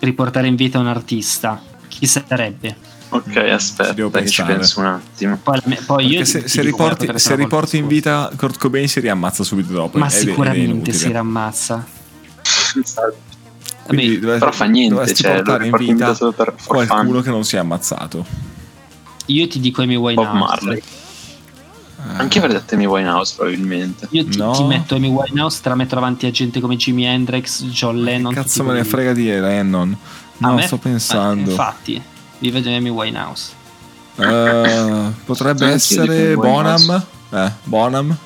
Speaker 1: riportare in vita un artista, chi sarebbe?
Speaker 3: Ok,
Speaker 2: Mm,
Speaker 3: aspetta,
Speaker 2: ci devo
Speaker 3: che ci
Speaker 2: pensare.
Speaker 3: penso un attimo.
Speaker 1: Poi, la me- poi io
Speaker 2: Perché
Speaker 1: ti-
Speaker 2: se,
Speaker 1: ti
Speaker 2: se
Speaker 1: dico guarda,
Speaker 2: riporti,
Speaker 1: perché
Speaker 2: se
Speaker 1: sono
Speaker 2: riporti in
Speaker 1: volta scorsa.
Speaker 2: vita Kurt Cobain si riammazza subito dopo.
Speaker 1: Ma
Speaker 2: ed è- ed è
Speaker 1: sicuramente
Speaker 2: inutile.
Speaker 1: si rammazza.
Speaker 2: Quindi
Speaker 1: Vabbè,
Speaker 2: dovresti-
Speaker 3: Però fa niente,
Speaker 2: dovresti
Speaker 3: cioè, lo
Speaker 2: portare in
Speaker 3: riporto in vita
Speaker 2: vita
Speaker 3: solo per for
Speaker 2: qualcuno
Speaker 3: fun.
Speaker 2: che non si è ammazzato.
Speaker 1: io ti dico Amy Winehouse.
Speaker 3: Bob Marley.
Speaker 2: Ah.
Speaker 3: Anche per detto Amy Winehouse, probabilmente.
Speaker 1: Io ti,
Speaker 2: No.
Speaker 1: ti metto Amy Winehouse, te la metto davanti a gente come Jimi Hendrix, John Lennon.
Speaker 2: Che
Speaker 1: tutti
Speaker 2: cazzo me ne
Speaker 1: quelli lì.
Speaker 2: frega di Lennon?
Speaker 1: A
Speaker 2: No,
Speaker 1: me-
Speaker 2: sto
Speaker 1: eh,
Speaker 2: pensando.
Speaker 1: Infatti, mi vedo in Amy Winehouse.
Speaker 2: Eh, potrebbe
Speaker 3: Anch'io dico
Speaker 2: essere
Speaker 3: in Winehouse.
Speaker 2: Bonham. Eh, Bonham.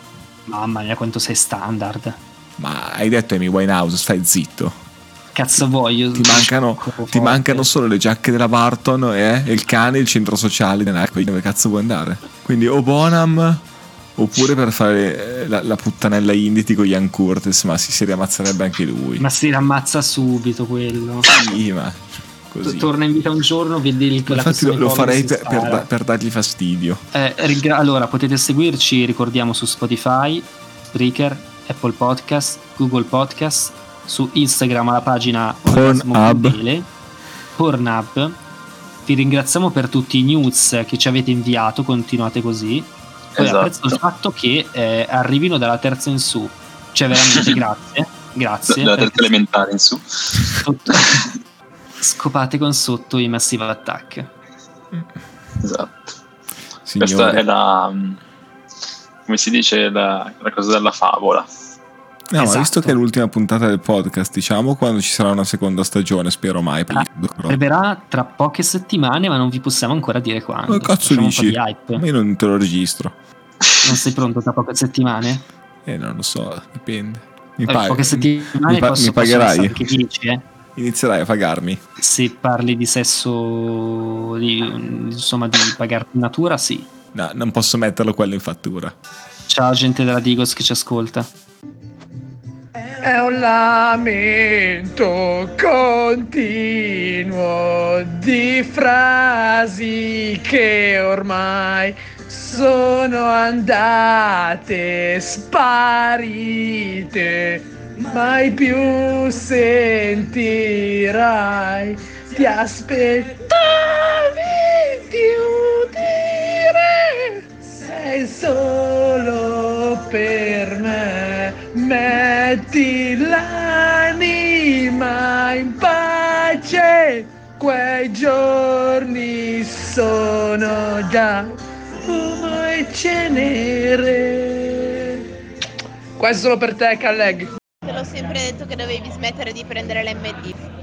Speaker 1: Mamma mia, quanto sei standard.
Speaker 2: Ma hai detto Amy Winehouse, stai zitto.
Speaker 1: Cazzo voglio.
Speaker 2: Ti mancano, ti
Speaker 1: Forte.
Speaker 2: mancano solo le giacche della Barton e il cane, il centro sociale di Nike, Dove cazzo vuoi andare? Quindi o Bonham oppure per fare eh, la, la puttanella indie con Ian Curtis, ma si, si riammazzerebbe anche lui.
Speaker 1: Ma si rammazza subito quello.
Speaker 2: sì, ma così.
Speaker 1: Torna in vita un giorno, vedi il la
Speaker 2: Infatti
Speaker 1: persona
Speaker 2: lo, lo
Speaker 1: in
Speaker 2: farei
Speaker 1: coma che
Speaker 2: per,
Speaker 1: si
Speaker 2: per
Speaker 1: spara.
Speaker 2: da- per dargli fastidio.
Speaker 1: Eh, rigra- allora, potete seguirci, ricordiamo, su Spotify, Spreaker, Apple Podcast, Google Podcast, su Instagram alla pagina
Speaker 2: Pornhub.
Speaker 1: Orgasmo.tele, Pornhub. Vi ringraziamo per tutti i news che ci avete inviato, continuate così. Poi
Speaker 3: Esatto.
Speaker 1: apprezzo il fatto che eh, arrivino dalla terza in su. Cioè, veramente grazie. Grazie.
Speaker 3: Dalla
Speaker 1: perché
Speaker 3: terza elementare in su.
Speaker 1: sotto- scopate con sotto i Massive Attack.
Speaker 3: Esatto. Questa
Speaker 2: Signore.
Speaker 3: è la. mm, Come si dice? La, la cosa della favola.
Speaker 2: No, ma
Speaker 1: Esatto.
Speaker 2: visto che è l'ultima puntata del podcast, diciamo quando ci sarà una seconda stagione, spero
Speaker 1: Ah,
Speaker 2: mai. perché-
Speaker 1: Arriverà tra poche settimane, ma non vi possiamo ancora dire quando.
Speaker 2: Ma cazzo
Speaker 1: Facciamo
Speaker 2: dici?
Speaker 1: un po' di hype.
Speaker 2: Ma io non te lo registro.
Speaker 1: Non sei pronto tra poche settimane?
Speaker 2: Eh, non lo so, dipende. Mi
Speaker 1: Tra
Speaker 2: pare-
Speaker 1: poche settimane
Speaker 2: mi pa-
Speaker 1: posso,
Speaker 2: mi pagherai?
Speaker 1: possono essere anche 10, eh?
Speaker 2: Inizierai a pagarmi.
Speaker 1: Se parli di sesso, di- insomma, di pagarti in natura, sì.
Speaker 2: No, non posso metterlo quello in fattura.
Speaker 1: Ciao gente della Digos che ci ascolta.
Speaker 5: And È un lamento continuo di frasi che ormai sono andate sparite, mai più sentirai, ti aspettavi di udire, sei solo per me, metti l'anima in pace, quei giorni sono già come cenere. Questo è solo per te, Calleg.
Speaker 6: Te l'ho sempre detto che dovevi smettere di prendere l'MD.